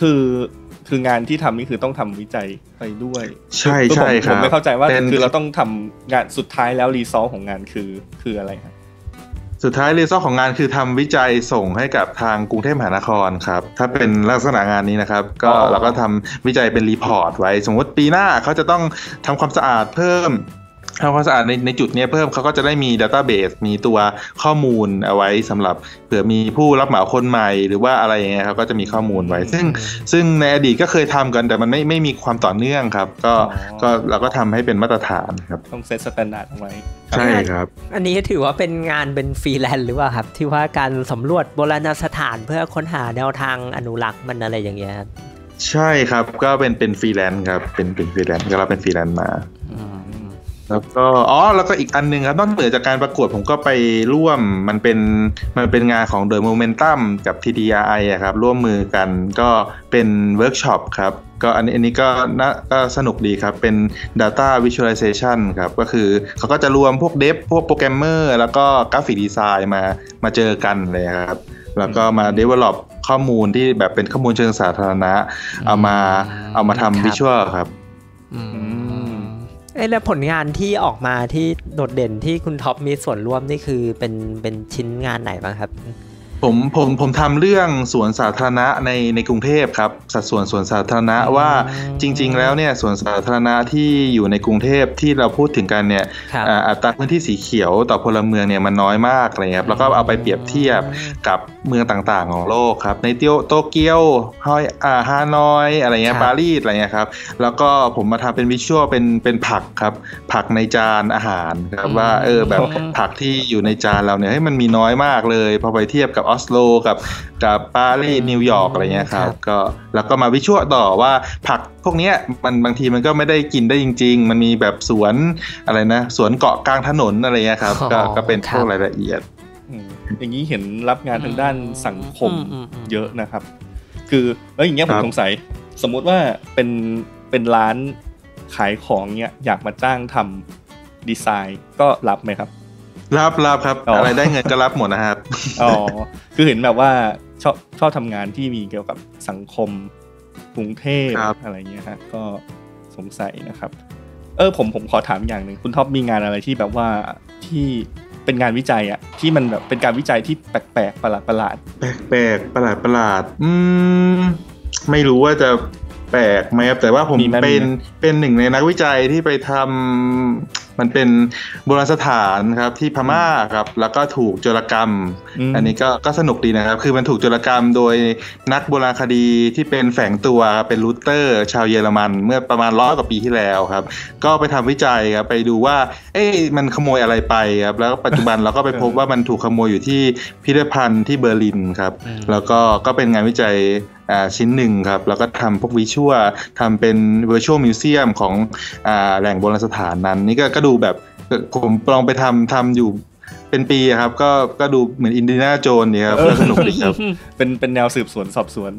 [SPEAKER 1] คือคืองานที่ทำนี่คือต้องทำวิจัยไปด้วย
[SPEAKER 4] ใช่ใช่
[SPEAKER 1] อผม
[SPEAKER 4] ค
[SPEAKER 1] ผ
[SPEAKER 4] รับ
[SPEAKER 1] มไม่เข้าใจว่า
[SPEAKER 4] ป็น
[SPEAKER 1] คือเราต้องทำงานสุดท้ายแล้วรีซอสของงานคือคืออะไรครับ
[SPEAKER 4] สุดท้ายเรซอของงานคือทำวิจัยส่งให้กับทางกรุงเทพมหานครครับ ถ้าเป็นลักษณะงานนี้นะครับ ก็
[SPEAKER 1] อ๋อ
[SPEAKER 4] เราก็ทำวิจัยเป็นรีพอร์ตไว้ สมมติปีหน้าเขาจะต้องทำความสะอาดเพิ่มทำความสะอาดในในจุดเนี้ยเพิ่มเขาก็จะได้มีดัต a ้าเบสมีตัวข้อมูลเอาไว้สำหรับเผื่อมีผู้รับเหมาคนใหม่หรือว่าอะไรอย่างเงี้ยเขาก็จะมีข้อมูลไว้ ซึ่ง ซึ่งในอดีตก็เคยทำกันแต่มันไม่ไม่มีความต่อเนื่องครับ ก็
[SPEAKER 1] อ๋อ
[SPEAKER 4] ก็เราก็ทำให้เป็นมาตรฐานครับ
[SPEAKER 1] ต้องเซตสแตนดาร์ดเอาไว้
[SPEAKER 4] ใช่ครับ
[SPEAKER 2] อันนี้ถือว่าเป็นงานเป็นฟรีแลนซ์หรือเปล่าครับ ที่ว่าการสำรวจโบราณสถานเพื่อค้นหาแนวทางอนุรักษ์มันอะไรอย่างเงี้ยครับ
[SPEAKER 4] ใช่ครับก็เป็นเป็นฟรีแลนซ์ครับเป็นเป็นฟรีแลนซ์ก็เราเป็นฟรีแลนซ์มา แล้วก็อ๋อแล้วก็อีกอันหนึงครับนอกเหนือจากการประกวดผมก็ไปร่วมมันเป็นมันเป็นงานของ The Momentum กับ TDRI อะครับร่วมมือกันก็เป็นเวิร์กช็อปครับก็อันนี้อันนี้ก็นาก็สนุกดีครับ เป็น Data Visualization ครับก็คือเขาก็จะรวมพวกเดฟพวกโปรแกรมเมอร์แล้วก็กราฟิกดีไซน์มามาเจอกันเลยครับ แล้วก็มา develop ข้อมูลที่แบบเป็นข้อมูลเชิงสาธารณะ เอามา
[SPEAKER 3] อืม
[SPEAKER 4] เอามา
[SPEAKER 3] ครับ
[SPEAKER 4] ทำวิชวลครับ
[SPEAKER 3] อืม
[SPEAKER 2] เอ้ยแล้วผลงานที่ออกมาที่โดดเด่นที่คุณท็อปมีส่วนร่วมนี่คือเป็นเป็นชิ้นงานไหนบ้างครับ
[SPEAKER 4] ผมผมผมทำเรื่องสวนสาธารณะในในกรุงเทพครับ สัดส่วนสวนสาธารณะว่าจริง ๆ แล้วเนี่ยสวนสาธารณะที่อยู่ในกรุงเทพที่เราพูดถึงกันเนี่ย
[SPEAKER 2] ครับ
[SPEAKER 4] อ่าอัตราพื้นที่สีเขียวต่อพลเมืองเนี่ยมันน้อยมากเลยครับแล้วก็เอาไปเปรียบเทียบกับเมืองต่างๆของโลกครับ ในเตียวโตเกียวฮอยอ่าฮานอยอะไรเงี้
[SPEAKER 3] ค
[SPEAKER 4] ย
[SPEAKER 3] รับ
[SPEAKER 4] ปารีสอะไรเงี้ยครับแล้วก็ผมมาทำเป็นวิชวลเป็นเป็นผักครับ ผักในจานอาหารครับว่าเออแบบ ผักที่อยู่ในจานเราเนี่ยให้ยมันมีน้อยมากเลย พอไปเทียบกับออสโลกับกับปารีสนิวยอร์กอะไรเงี้ยครั
[SPEAKER 3] ค
[SPEAKER 4] บ
[SPEAKER 3] รับ
[SPEAKER 4] ก็แล้วก็มาวิชวลต่อว่าผักพวกเนี้ยมันบางทีมันก็ไม่ได้กินได้จริง ๆ มันมีแบบสวนอะไรนะ สวนเกาะกลางถนนอะไรเงี้ยครับก็ก็เป็นพวกรายละเอียด
[SPEAKER 1] อืมอย่างนี้เห็นรับงานทางด้านสังคม
[SPEAKER 3] อืมอืม
[SPEAKER 1] เยอะนะครับ คือแล้วอย่างเงี้ยผ
[SPEAKER 4] ค
[SPEAKER 1] ม
[SPEAKER 4] รับ
[SPEAKER 1] สงสัย สมมุติว่าเป็นเป็นร้านขายของเนี้ยอยากมาจ้างทำดีไซน์ก็รับไหมครับ
[SPEAKER 4] รับรับครับ
[SPEAKER 1] อ๋ออ
[SPEAKER 4] อะไรได้เงินก็รับหมดนะครับ
[SPEAKER 1] อ๋อ คือเห็นแบบว่าชอบชอบทำงานที่มีเกี่ยวกับสังคมกรุงเทพ
[SPEAKER 4] ครับ
[SPEAKER 1] อะไรเงี้ยฮะก็สงสัยนะครับ เออผมผมขอถามอย่างหนึ่งคุณท็อปมีงานอะไรที่แบบว่าที่เป็นงานวิจัยอะที่มันแบบเป็นการวิจัยที่แปลกๆประหลาดประหลาด
[SPEAKER 4] แปลกๆประหลาดประหลาดๆอืมไม่รู้ว่าจะแปลกไหมครับแต่ว่าผมเป็นเป็นหนึ่งในนักวิจัยที่ไปทำมันเป็นโบราณสถานครับที่พม่าครับ แล้วก็ถูกโจรกรรม
[SPEAKER 1] ๆม
[SPEAKER 4] อันนี้ก็ก็สนุกดีนะครับ คือมันถูกโจรกรรมโดยนักโบราณคดีที่เป็นแฝงตัวครับเป็นรูเตอร์ ชาวเยอรมันเมื่อประมาณร้อยกว่าปีที่แล้วครับ ก็ไปทำวิจัยครับไปดูว่า เอ๊ะมันขโมยอะไรไปครับ แล้วปัจจุบันเราก็ไปพบว่ามันถูกขโมยอยู่ที่พิพิธภัณฑ์ที่เบอร์ลินครับ
[SPEAKER 3] อืม
[SPEAKER 4] แล้วก็ก็เป็นงานวิจัยอ่าชิ้นหนึ่งครับ แล้วก็ทำพวกวิชวลทำเป็น virtual museum ของอาแหล่งโบราณสถานนั้น นี่ก็ก็ดูแบบผมลองไปทำทำอยู่เป็นปีอะครับ ก็ก็ดูเหมือนอินเดียนาโจนเนี่ยครับ
[SPEAKER 1] เออ
[SPEAKER 4] ก็สนุกดี ครับ
[SPEAKER 1] เป็นเป็นแนวสืบสวนสอบสวน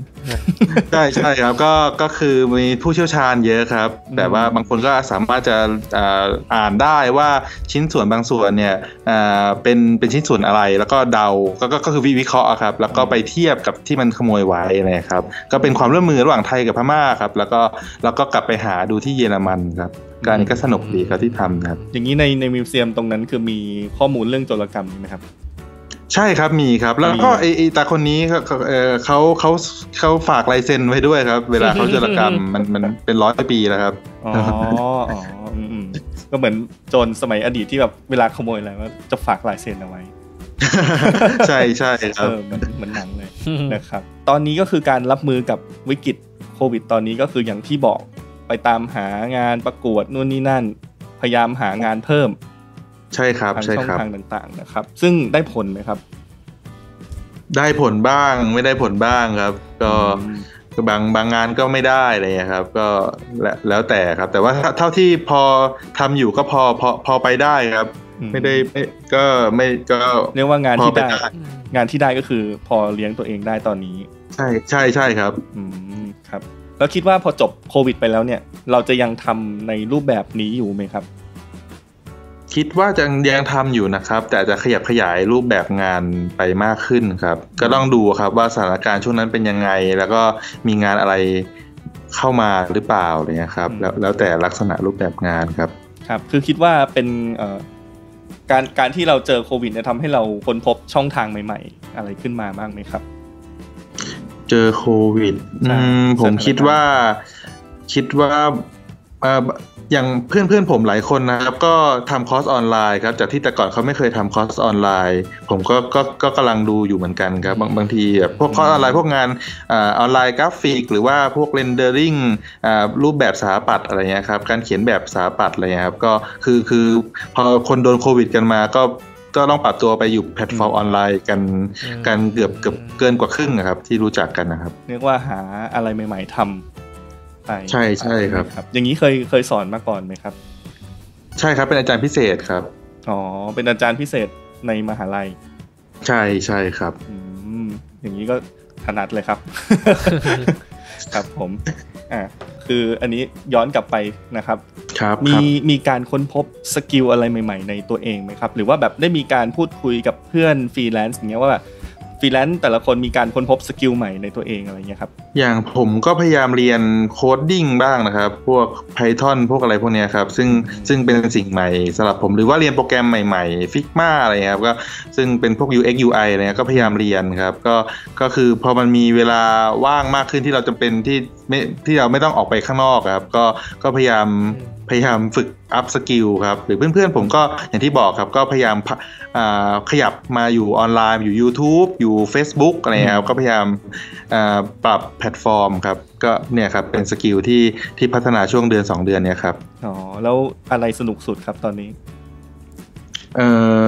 [SPEAKER 4] ใช่ใช่ครับก็ก็คือมีผู้เชี่ยวชาญเยอะครับ แต่ว่าบางคนก็สามารถจะอ่าอ่านได้ว่าชิ้นส่วนบางส่วนเนี่ยอ่าเป็นเป็นชิ้นส่วนอะไรแล้วก็เดาก็ก็ก็คือวิวิเคราะห์อะครับ แล้วก็ไปเทียบกับที่มันขโมยไว้นะครับ ก็เป็นความร่วมมือระหว่างไทยกับพม่าครับ แล้วก็แล้วก็กลับไปหาดูที่เยอรมันครับก็อันนี้ก็สนุกดีครับที่ทำครับ
[SPEAKER 1] อย่างนี้ในในมิวเซียมตรงนั้นคือมีข้อมูลเรื่องโจรกรรมไหมครับ
[SPEAKER 4] ใช่ครับมีครับ แล้วก็
[SPEAKER 1] มี
[SPEAKER 4] ไอไอ้ตาคนนี้เขาเอ่อเขาเขาเขาฝากลายเซ็นไว้ด้วยครับ เวลาเขาเจรกรรม มันมันเป็นร้อยปีแล้วครับ
[SPEAKER 1] อ๋ออ๋ออืมอืมก็เหมือนโจรสมัยอดีตที่แบบเวลาขโมยอะไรว่าจะฝากลายเซ็นเอาไว้
[SPEAKER 4] ใช่ใช่ค
[SPEAKER 1] เอ
[SPEAKER 4] รับ
[SPEAKER 1] อเหมือนเหมือนหนังเลยนะครับ ตอนนี้ก็คือการรับมือกับวิกฤตโควิด ตอนนี้ก็คืออย่างที่บอกไปตามหางานประกวดนู่นนี่นั่น พยายามหางานเพิ่ม
[SPEAKER 4] ใช่ครับ
[SPEAKER 1] ทาง
[SPEAKER 4] ใช่
[SPEAKER 1] ช่อง
[SPEAKER 4] ครับ
[SPEAKER 1] ทางต่าง ๆ นะครับ ซึ่งได้ผลไหมครับ
[SPEAKER 4] ได้ผลบ้างไม่ได้ผลบ้างครับ ก็
[SPEAKER 1] อืม
[SPEAKER 4] ก็บางบางงานก็ไม่ได้อะไรเงี้ยครับ ก็แล้วแล้วแต่ครับ แต่ว่าเท่าเท่าที่พอทำอยู่ก็พอพอพอไปได้ครับ
[SPEAKER 1] อื
[SPEAKER 4] ไม่ได้ไม่ก็ไม่ก็
[SPEAKER 1] เรียกว่างานที่ได้
[SPEAKER 4] พอไปได้
[SPEAKER 1] งานที่ได้ก็คือพอเลี้ยงตัวเองได้ตอนนี้
[SPEAKER 4] ใช่ใช่ใช่ครับ
[SPEAKER 1] อืมครับแล้วคิดว่าพอจบโควิดไปแล้วเนี่ย เราจะยังทำในรูปแบบนี้อยู่ไหมครับ
[SPEAKER 4] คิดว่าจะยังทำอยู่นะครับ แต่อาจจะขยับขยายรูปแบบงานไปมากขึ้นครับ ก็ต้องดูครับว่าสถานการณ์ช่วงนั้นเป็นยังไง แล้วก็มีงานอะไรเข้ามาหรือเปล่าอะไรเงี้ยครับ แล้วแล้วแต่ลักษณะรูปแบบงานครับ
[SPEAKER 1] ครับ คือคิดว่าเป็นเอ่อการการที่เราเจอโควิดเนี่ยทำให้เราค้นพบช่องทางใหม่ ๆ อะไรขึ้นมาบ้างไหมครับ
[SPEAKER 4] เจอโควิด
[SPEAKER 1] ใช่
[SPEAKER 4] อืมผมคิดว่าคิดว่าเอ่ออย่างเพื่อนเพื่อนๆผมหลายคนนะครับ ก็ทำคอร์สออนไลน์ครับจากที่แต่ก่อนเขาไม่เคยทำคอร์สออนไลน์ ผมก็ก็ก็กำลังดูอยู่เหมือนกันครับ บางบางทีแบบพวกคอร์สออนไลน์พวกงานเออออนไลน์กราฟิก หรือว่าพวกเรนเดอริงรูปแบบสถาปัตย์อะไรเงี้ยครับการเขียนแบบสถาปัตย์อะไรเงี้ยครับก็คือคือพอคนโดนโควิดกันมาก็ก็ต้องปรับตัวไปอยู่แพลตฟอร์มออนไลน์กัน
[SPEAKER 3] อืม
[SPEAKER 4] กันเกือบเกือบเกินกว่าครึ่งนะครับ ที่รู้จักกันนะครับ
[SPEAKER 1] เรียกว่าหาอะไรใหม่ ๆทำไป
[SPEAKER 4] ใช่ใช่ครับ
[SPEAKER 1] อย่างนี้เคยเคยสอนมาก่อนไหมครับ
[SPEAKER 4] ใช่ครับ เป็นอาจารย์พิเศษครับ
[SPEAKER 1] อ๋อเป็นอาจารย์พิเศษในมหาลัย
[SPEAKER 4] ใช่ใช่ครับ
[SPEAKER 1] อืมอย่างนี้ก็ถนัดเลยครับ ครับผมอ่าคืออันนี้ย้อนกลับไปนะครับ
[SPEAKER 4] ครับ
[SPEAKER 1] มี
[SPEAKER 4] ครับ
[SPEAKER 1] มีการค้นพบสกิลอะไรใหม่ ๆ ในตัวเองไหมครับ หรือว่าแบบได้มีการพูดคุยกับเพื่อนฟรีแลนซ์อย่างเงี้ยว่าแบบฟรีแลนซ์แต่ละคนมีการค้นพบสกิลใหม่ในตัวเองอะไรเงี้ยครับ
[SPEAKER 4] อย่างผมก็พยายามเรียนโคดดิ้งบ้างนะครับ พวก Python พวกอะไรพวกเนี้ยครับ ซึ่งซึ่งเป็นสิ่งใหม่สำหรับผมหรือว่าเรียนโปรแกรมใหม่ๆ Figma อะไรครับก็ซึ่งเป็นพวก UX UI อะไรเงี้ยก็พยายามเรียนครับ ก็ก็คือพอมันมีเวลาว่างมากขึ้นที่เราจำเป็นที่ไม่ที่เราไม่ต้องออกไปข้างนอกครับ ก็ก็พยายามพยายามฝึกอัพสกิลครับ หรือเพื่อนๆ ผมก็อย่างที่บอกครับก็พยายามพะอ่าขยับมาอยู่ออนไลน์อยู่ YouTube อยู่ Facebook อะไรเงี้ยครับก็พยายาม อ่าปรับแพลตฟอร์มครับ ก็เนี่ยครับ เป็นสกิลที่ที่พัฒนาช่วงเดือน 2 เดือนเนี่ยครับ
[SPEAKER 1] อ๋อ แล้วอะไรสนุกสุดครับตอนนี้
[SPEAKER 4] เออ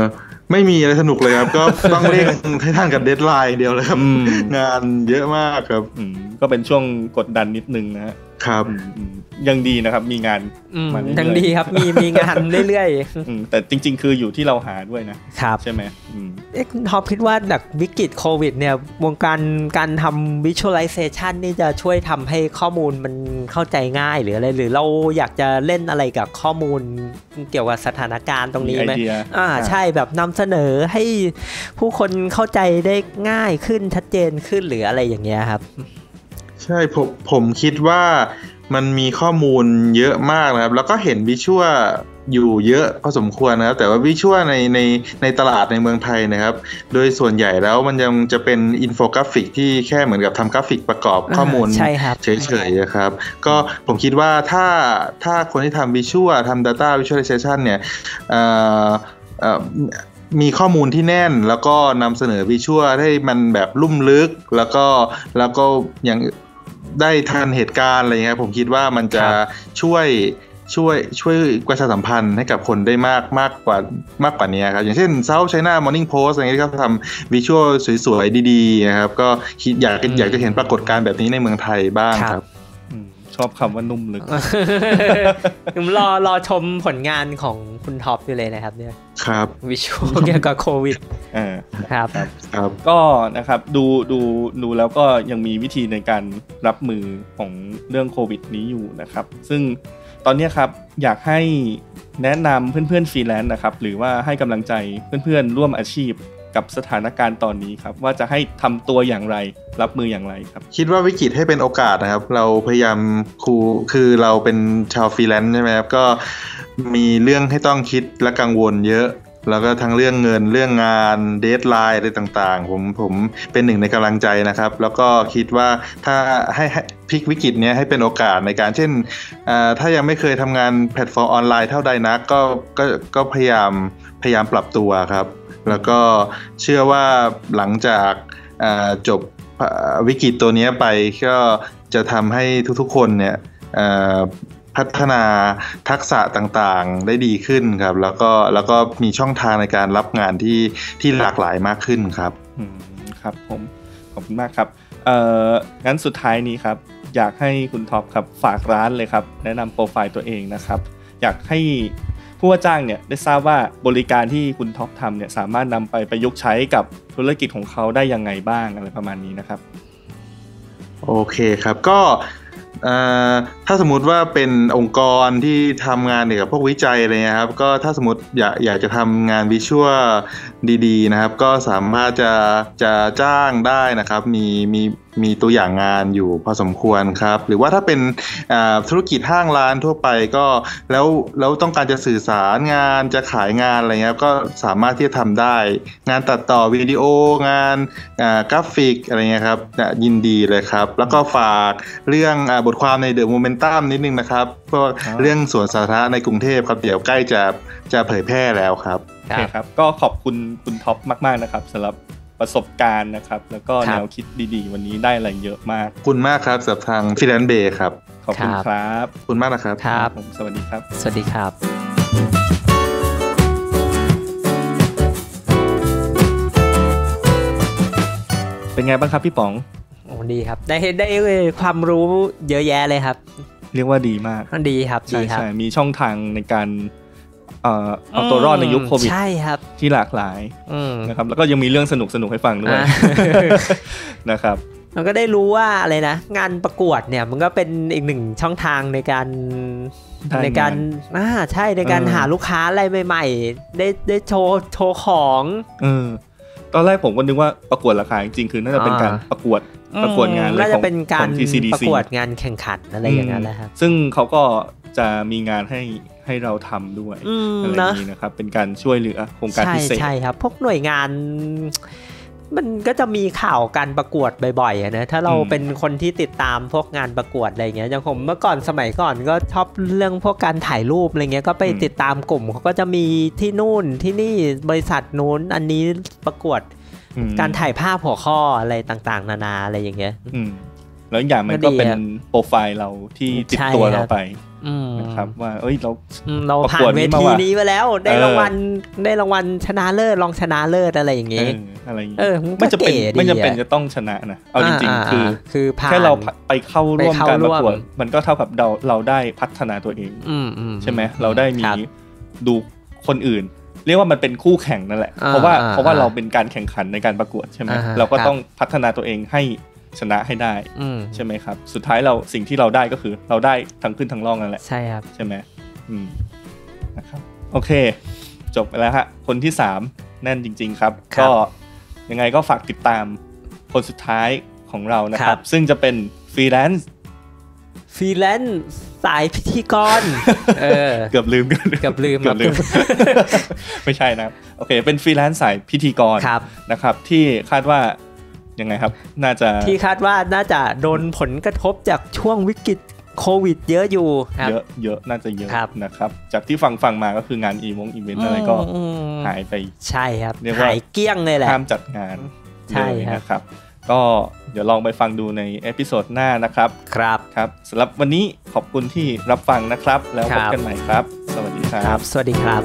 [SPEAKER 4] ไม่มีอะไรสนุกเลยครับ ก็ต้องเร่งให้ท่านกับเดทไลน์เดียวเลยครับ
[SPEAKER 1] อืม
[SPEAKER 4] งานเยอะมากครับ
[SPEAKER 1] อืมก็เป็นช่วงกดดันนิดนึงนะฮะ
[SPEAKER 4] ครับ
[SPEAKER 1] อืมอืมยังดีนะครับมีงาน
[SPEAKER 3] อืม
[SPEAKER 1] มาเรื่อยๆ
[SPEAKER 2] ยังดีครับมีมีงานเรื่อย
[SPEAKER 1] อืมแต่จริง ๆ คืออยู่ที่เราหาด้วยนะ
[SPEAKER 2] ๆครับ
[SPEAKER 1] ใช่ไหมอืม
[SPEAKER 2] เอ๊ะคุณท็อปคิดว่าจากวิกฤตโควิดเนี่ยวงการการทำ visualization นี่จะช่วยทำให้ข้อมูลมันเข้าใจง่ายหรืออะไร หรือเราอยากจะเล่นอะไรกับข้อมูลเกี่ยวกับสถานการณ์ตรงนี้ไหม
[SPEAKER 1] มีไอเดีย
[SPEAKER 2] อ่า
[SPEAKER 1] อ่า
[SPEAKER 2] ใช่แบบนำเสนอให้ผู้คนเข้าใจได้ง่ายขึ้นชัดเจนขึ้นหรืออะไรอย่างเงี้ยครับ
[SPEAKER 4] ใช่ผมผมคิดว่ามันมีข้อมูลเยอะมากนะครับ แล้วก็เห็นวิชวลอยู่เยอะพอสมควรนะครับ แต่ว่าวิชวลในในในตลาดในเมืองไทยนะครับ โดยส่วนใหญ่แล้วมันยังจะเป็นอินโฟกราฟิกที่แค่เหมือนกับทำกราฟิกประกอบข้อมูล
[SPEAKER 2] อ่าใช่ครับ
[SPEAKER 4] เฉยๆนะครับ ก็ผมคิดว่าถ้าถ้าคนที่ทำวิชวลทำ Data Visualization เนี่ยเอ่อเอ่อมีข้อมูลที่แน่นแล้วก็นำเสนอวิชวลให้มันแบบลุ่มลึก แล้วก็แล้วก็ยังได้ทันเหตุการณ์อะไรเงี้ยผมคิดว่ามันจะช่วยช่วยช่วยประชาสัมพันธ์ให้กับคนได้มากมากกว่ามากกว่านี้ครับ อย่างเช่น South China Morning Post อะไรเงี้ยที่เขาทำ วิชวลสวยๆ ดีๆนะครับ ก็คิดอยากอยากจะเห็นปรากฏการณ์แบบนี้ในเมืองไทยบ้างครับ
[SPEAKER 1] อืมชอบคำว่านุ่มลึก
[SPEAKER 2] ผมรอรอชมผลงานของคุณท็อปอยู่เลยนะครับเนี่ย
[SPEAKER 4] ครับ
[SPEAKER 2] วิชวลเกี่ยวกับโควิด
[SPEAKER 1] เอ่า
[SPEAKER 2] ครับ
[SPEAKER 4] ครับ
[SPEAKER 1] ก็นะครับดูดูดูแล้วก็ยังมีวิธีในการรับมือของเรื่องโควิดนี้อยู่นะครับ ซึ่งตอนเนี้ยครับอยากให้แนะนำเพื่อนๆฟรีแลนซ์นะครับ หรือว่าให้กำลังใจเพื่อนๆร่วมอาชีพกับสถานการณ์ตอนนี้ครับ ว่าจะให้ทำตัวอย่างไรรับมืออย่างไรครับ
[SPEAKER 4] คิดว่าวิกฤตให้เป็นโอกาสนะครับ เราพยายามครูคือเราเป็นชาวฟรีแลนซ์ใช่ไหมครับ ก็มีเรื่องให้ต้องคิดและกังวลเยอะ แล้วก็ทั้งเรื่องเงินเรื่องงานเดทไลน์อะไรต่างๆ ผมผมเป็นหนึ่งในกำลังใจนะครับ แล้วก็คิดว่าถ้าให้ให้พลิกวิกฤตเนี้ยให้เป็นโอกาสในการเช่นเอ่อถ้ายังไม่เคยทำงานแพลตฟอร์มออนไลน์เท่าใดนักก็ก็ก็พยายามพยายามปรับตัวครับ แล้วก็เชื่อว่าหลังจากเอ่อจบ เอ่อวิกฤตตัวเนี้ยไปก็จะทำให้ทุกๆคนเนี่ยเอ่อพัฒนาทักษะต่างๆได้ดีขึ้นครับ แล้วก็แล้วก็มีช่องทางในการรับงานที่ที่หลากหลายมากขึ้นครับ
[SPEAKER 1] อืมครับผมขอบคุณมากครับ เอ่องั้นสุดท้ายนี้ครับ อยากให้คุณท็อปครับฝากร้านเลยครับ แนะนำโปรไฟล์ตัวเองนะครับ อยากให้ผู้ว่าจ้างเนี่ยได้ทราบว่าบริการที่คุณท็อปทำเนี่ยสามารถนำไปประยุกต์ใช้กับธุรกิจของเขาได้ยังไงบ้างอะไรประมาณนี้นะครับ
[SPEAKER 4] โอเคครับก็เอ่อถ้าสมมุติว่าเป็นองค์กรที่ทำงานเกี่ยวกับพวกวิจัยอะไรเงี้ยครับก็ถ้าสมมติอยากอยากจะทำงานวิชวลดีๆนะครับ ก็สามารถจะจะจ้างได้นะครับ มีมีมีตัวอย่างงานอยู่พอสมควรครับ หรือว่าถ้าเป็นอ่าธุรกิจห้างร้านทั่วไปก็แล้วแล้วต้องการจะสื่อสารงานจะขายงานอะไรเงี้ยครับก็สามารถที่จะทำได้ งานตัดต่อวิดีโองาน อ่ากราฟิกอะไรเงี้ยครับจะยินดีเลยครับ แล้วก็ฝากเรื่องอาบทความในเดอะโมเมนตัมนิดนึงนะครับเพราะว่า
[SPEAKER 1] ครับ
[SPEAKER 4] เรื่องสวนสาธารณะในกรุงเทพครับ เดี๋ยวใกล้จะจะเผยแพร่แล้วครับ
[SPEAKER 3] ค
[SPEAKER 1] โอเครับ ครับก็ขอบคุณคุณท็อปมาก ๆ นะครับสำหรับประสบการณ์นะครับ แล้วก็
[SPEAKER 3] ครับ
[SPEAKER 1] แนวคิดดีๆ วันนี้ได้อะไรเยอะมาก
[SPEAKER 4] ขอบคุณมากครับสำหรับทางฟิแลนเบย์ครับ
[SPEAKER 1] ขอบคุณครับ
[SPEAKER 4] ขอบคุณมากนะครับ
[SPEAKER 3] ครับ
[SPEAKER 1] ผมสวัสดีครับ
[SPEAKER 3] สวัสดีครับ
[SPEAKER 1] เป็นไงบ้างครับพี่ป๋อง
[SPEAKER 2] โอ้ดีครับ ได้ได้ความรู้เยอะแยะเลยครับ
[SPEAKER 1] เรียกว่าดีมาก
[SPEAKER 2] ดีครับ
[SPEAKER 1] ใช่
[SPEAKER 2] ดีครับ
[SPEAKER 1] ใช่มีช่องทางในการเอ่อเอาตัวรอดในยุคโควิด
[SPEAKER 2] ใช่ครับ
[SPEAKER 1] ที่หลากหลาย
[SPEAKER 2] อืม
[SPEAKER 1] นะครับ แล้วก็ยังมีเรื่องสนุกสนุกๆให้ฟังด้วย
[SPEAKER 2] อ่า
[SPEAKER 1] นะครับ
[SPEAKER 2] มันก็ได้รู้ว่าอะไรนะ งานประกวดเนี่ยมันก็เป็นอีกหนึ่งช่องทางในการ
[SPEAKER 1] ได้งาน
[SPEAKER 2] ในการอ่าใช่ในการ
[SPEAKER 1] เออ
[SPEAKER 2] หาลูกค้าอะไรใหม่ ๆ ได้ได้โชว์โชว์ของ
[SPEAKER 1] เออตอนแรกผมก็นึกว่าประกวดราคาจริงๆคือน่าจะเป็นการ
[SPEAKER 3] อ่า
[SPEAKER 1] ประกวดประกวดงาน
[SPEAKER 2] อืม
[SPEAKER 1] เลย
[SPEAKER 2] น่า
[SPEAKER 1] ข
[SPEAKER 2] จะ
[SPEAKER 1] อง
[SPEAKER 2] เป็นกา
[SPEAKER 1] ข
[SPEAKER 2] ร
[SPEAKER 1] อง TCDC
[SPEAKER 2] ประกวดงานแข่งขันอะไรอย่างนั้นแหละครับ
[SPEAKER 1] อืมซึ่งเขาก็จะมีงานให้ให้เราทำด้วย
[SPEAKER 2] อืม
[SPEAKER 1] อะไรอ
[SPEAKER 2] เนอะ
[SPEAKER 1] ย่างนี้นะครับ เป็นการช่วยเหลือโครงการพิเศษ
[SPEAKER 2] ใช่ครับ พวกหน่วยงาน มันก็จะมีข่าวการประกวดบ่อยๆอะนะถ้าเรา
[SPEAKER 1] อืม
[SPEAKER 2] เป็นคนที่ติดตามพวกงานประกวดอะไรเงี้ยอย่างผมเมื่อก่อนสมัยก่อนก็ชอบเรื่องพวกการถ่ายรูปอะไรเงี้ยก็ไปติดตามกลุ่มเขาก็จะมีที่นู่นที่นี่บริษัทนู้นอันนี้ประกวด
[SPEAKER 1] อืม
[SPEAKER 2] การถ่ายภาพหัวข้ออะไรต่างๆ นานาอะไรอย่างเงี้ย
[SPEAKER 1] อืมแล้วอีกอย่างมันก็
[SPEAKER 2] ก็ดีอะ
[SPEAKER 1] เป็นโปรไฟล์เราที่ติด
[SPEAKER 2] ใช่
[SPEAKER 1] ตัว
[SPEAKER 2] ครับ
[SPEAKER 1] เราไป
[SPEAKER 2] อืม
[SPEAKER 1] นะครับ ว่าเอ้ยเรา
[SPEAKER 2] อืมเรา
[SPEAKER 1] ประ
[SPEAKER 2] ผ่าก
[SPEAKER 1] วด
[SPEAKER 2] นเว
[SPEAKER 1] นี้มา
[SPEAKER 2] ที
[SPEAKER 1] ว่ะ
[SPEAKER 2] นี้มาแล้ว ได้
[SPEAKER 1] เออ
[SPEAKER 2] รางวัลได้รางวัลชนะเลิศรองชนะเลิศอะไรอย่าง
[SPEAKER 1] เอ
[SPEAKER 2] เงี้ย
[SPEAKER 1] ออะไรอย่างงี้
[SPEAKER 2] เออมันก็
[SPEAKER 1] ไม่จะเป็น
[SPEAKER 2] เก๋ดี
[SPEAKER 1] ไม่จะเป็น
[SPEAKER 2] อะ
[SPEAKER 1] จะต้องชนะนะเอาจริงๆ คือ
[SPEAKER 2] คือผ่าน
[SPEAKER 1] แค่เราไปเข้าร่วม
[SPEAKER 2] ไปเข้า
[SPEAKER 1] การประกวด
[SPEAKER 2] ร่วม
[SPEAKER 1] มันก็เท่ากับเราเราได้พัฒนาตัวเอง
[SPEAKER 2] อืมอืม
[SPEAKER 1] ใช่ไหมเราได้มี
[SPEAKER 2] ครับ
[SPEAKER 1] ดูคนอื่น เรียกว่ามันเป็นคู่แข่งนั่นแหละ
[SPEAKER 2] อ่า
[SPEAKER 1] เพราะว่า
[SPEAKER 2] อ่า
[SPEAKER 1] เพราะว่า
[SPEAKER 2] อ่า
[SPEAKER 1] เราเป็นการแข่งขันในการประกวดใช่ไหม
[SPEAKER 2] อ่าฮะ
[SPEAKER 1] เราก็
[SPEAKER 2] ครับ
[SPEAKER 1] ต้องพัฒนาตัวเองให้ชนะให้ได้
[SPEAKER 2] อืม
[SPEAKER 1] ใช่ไหมครับ สุดท้ายเราสิ่งที่เราได้ก็คือเราได้ทั้งขึ้นทั้งล่องนั่นแหละ
[SPEAKER 2] ใช่ครับ
[SPEAKER 1] ใช่ไหมอืมนะครับโอเค จบไปแล้วฮะคนที่สามแน่นจริง ๆครับ
[SPEAKER 2] ครับ
[SPEAKER 1] ก็ยังไงก็ฝากติดตามคนสุดท้ายของเรานะค
[SPEAKER 2] ค
[SPEAKER 1] รั
[SPEAKER 2] รับ บ
[SPEAKER 1] ซึ่งจะเป็นฟรีแลนซ์
[SPEAKER 2] ฟรีแลนซ์สายพิธีกร เออ
[SPEAKER 1] เกือบลืมกัน
[SPEAKER 2] เกือบลืม
[SPEAKER 1] เกือบลืม ไม่ใช่นะครับโอเค เป็นฟรีแลนซ์สายพิธีกร
[SPEAKER 2] ครับ
[SPEAKER 1] นะครับที่คาดว่ายังไงครับ น่าจะ
[SPEAKER 2] ที่คาดว่าน่าจะโดนผลกระทบจากช่วงวิกฤตโควิดเยอะอยู่ครับ
[SPEAKER 1] เยอะเยอะน่าจะเยอะ
[SPEAKER 2] ครับ
[SPEAKER 1] นะครับ จากที่ฟังฟังมาก็คืองานอีวงอีเวนต์อะไรก็
[SPEAKER 2] อืม
[SPEAKER 1] หายไป
[SPEAKER 2] ใช่ครับ
[SPEAKER 1] เรียกว่า
[SPEAKER 2] หายเกลี้ยงเลยแหละ
[SPEAKER 1] ห้ามจัดงาน
[SPEAKER 2] ใช่
[SPEAKER 1] เลย
[SPEAKER 2] ครับ
[SPEAKER 1] นะครับ ก็เดี๋ยวลองไปฟังดูในเอพิโซดหน้านะครับ
[SPEAKER 2] ครับ
[SPEAKER 1] ครับสำหรับวันนี้ขอบคุณที่รับฟังนะครับ แล้วพบ
[SPEAKER 2] ครับ
[SPEAKER 1] กันใหม่ครับ สวัสดีค
[SPEAKER 2] ค
[SPEAKER 1] รั
[SPEAKER 2] รับ บ สวัสดีครับ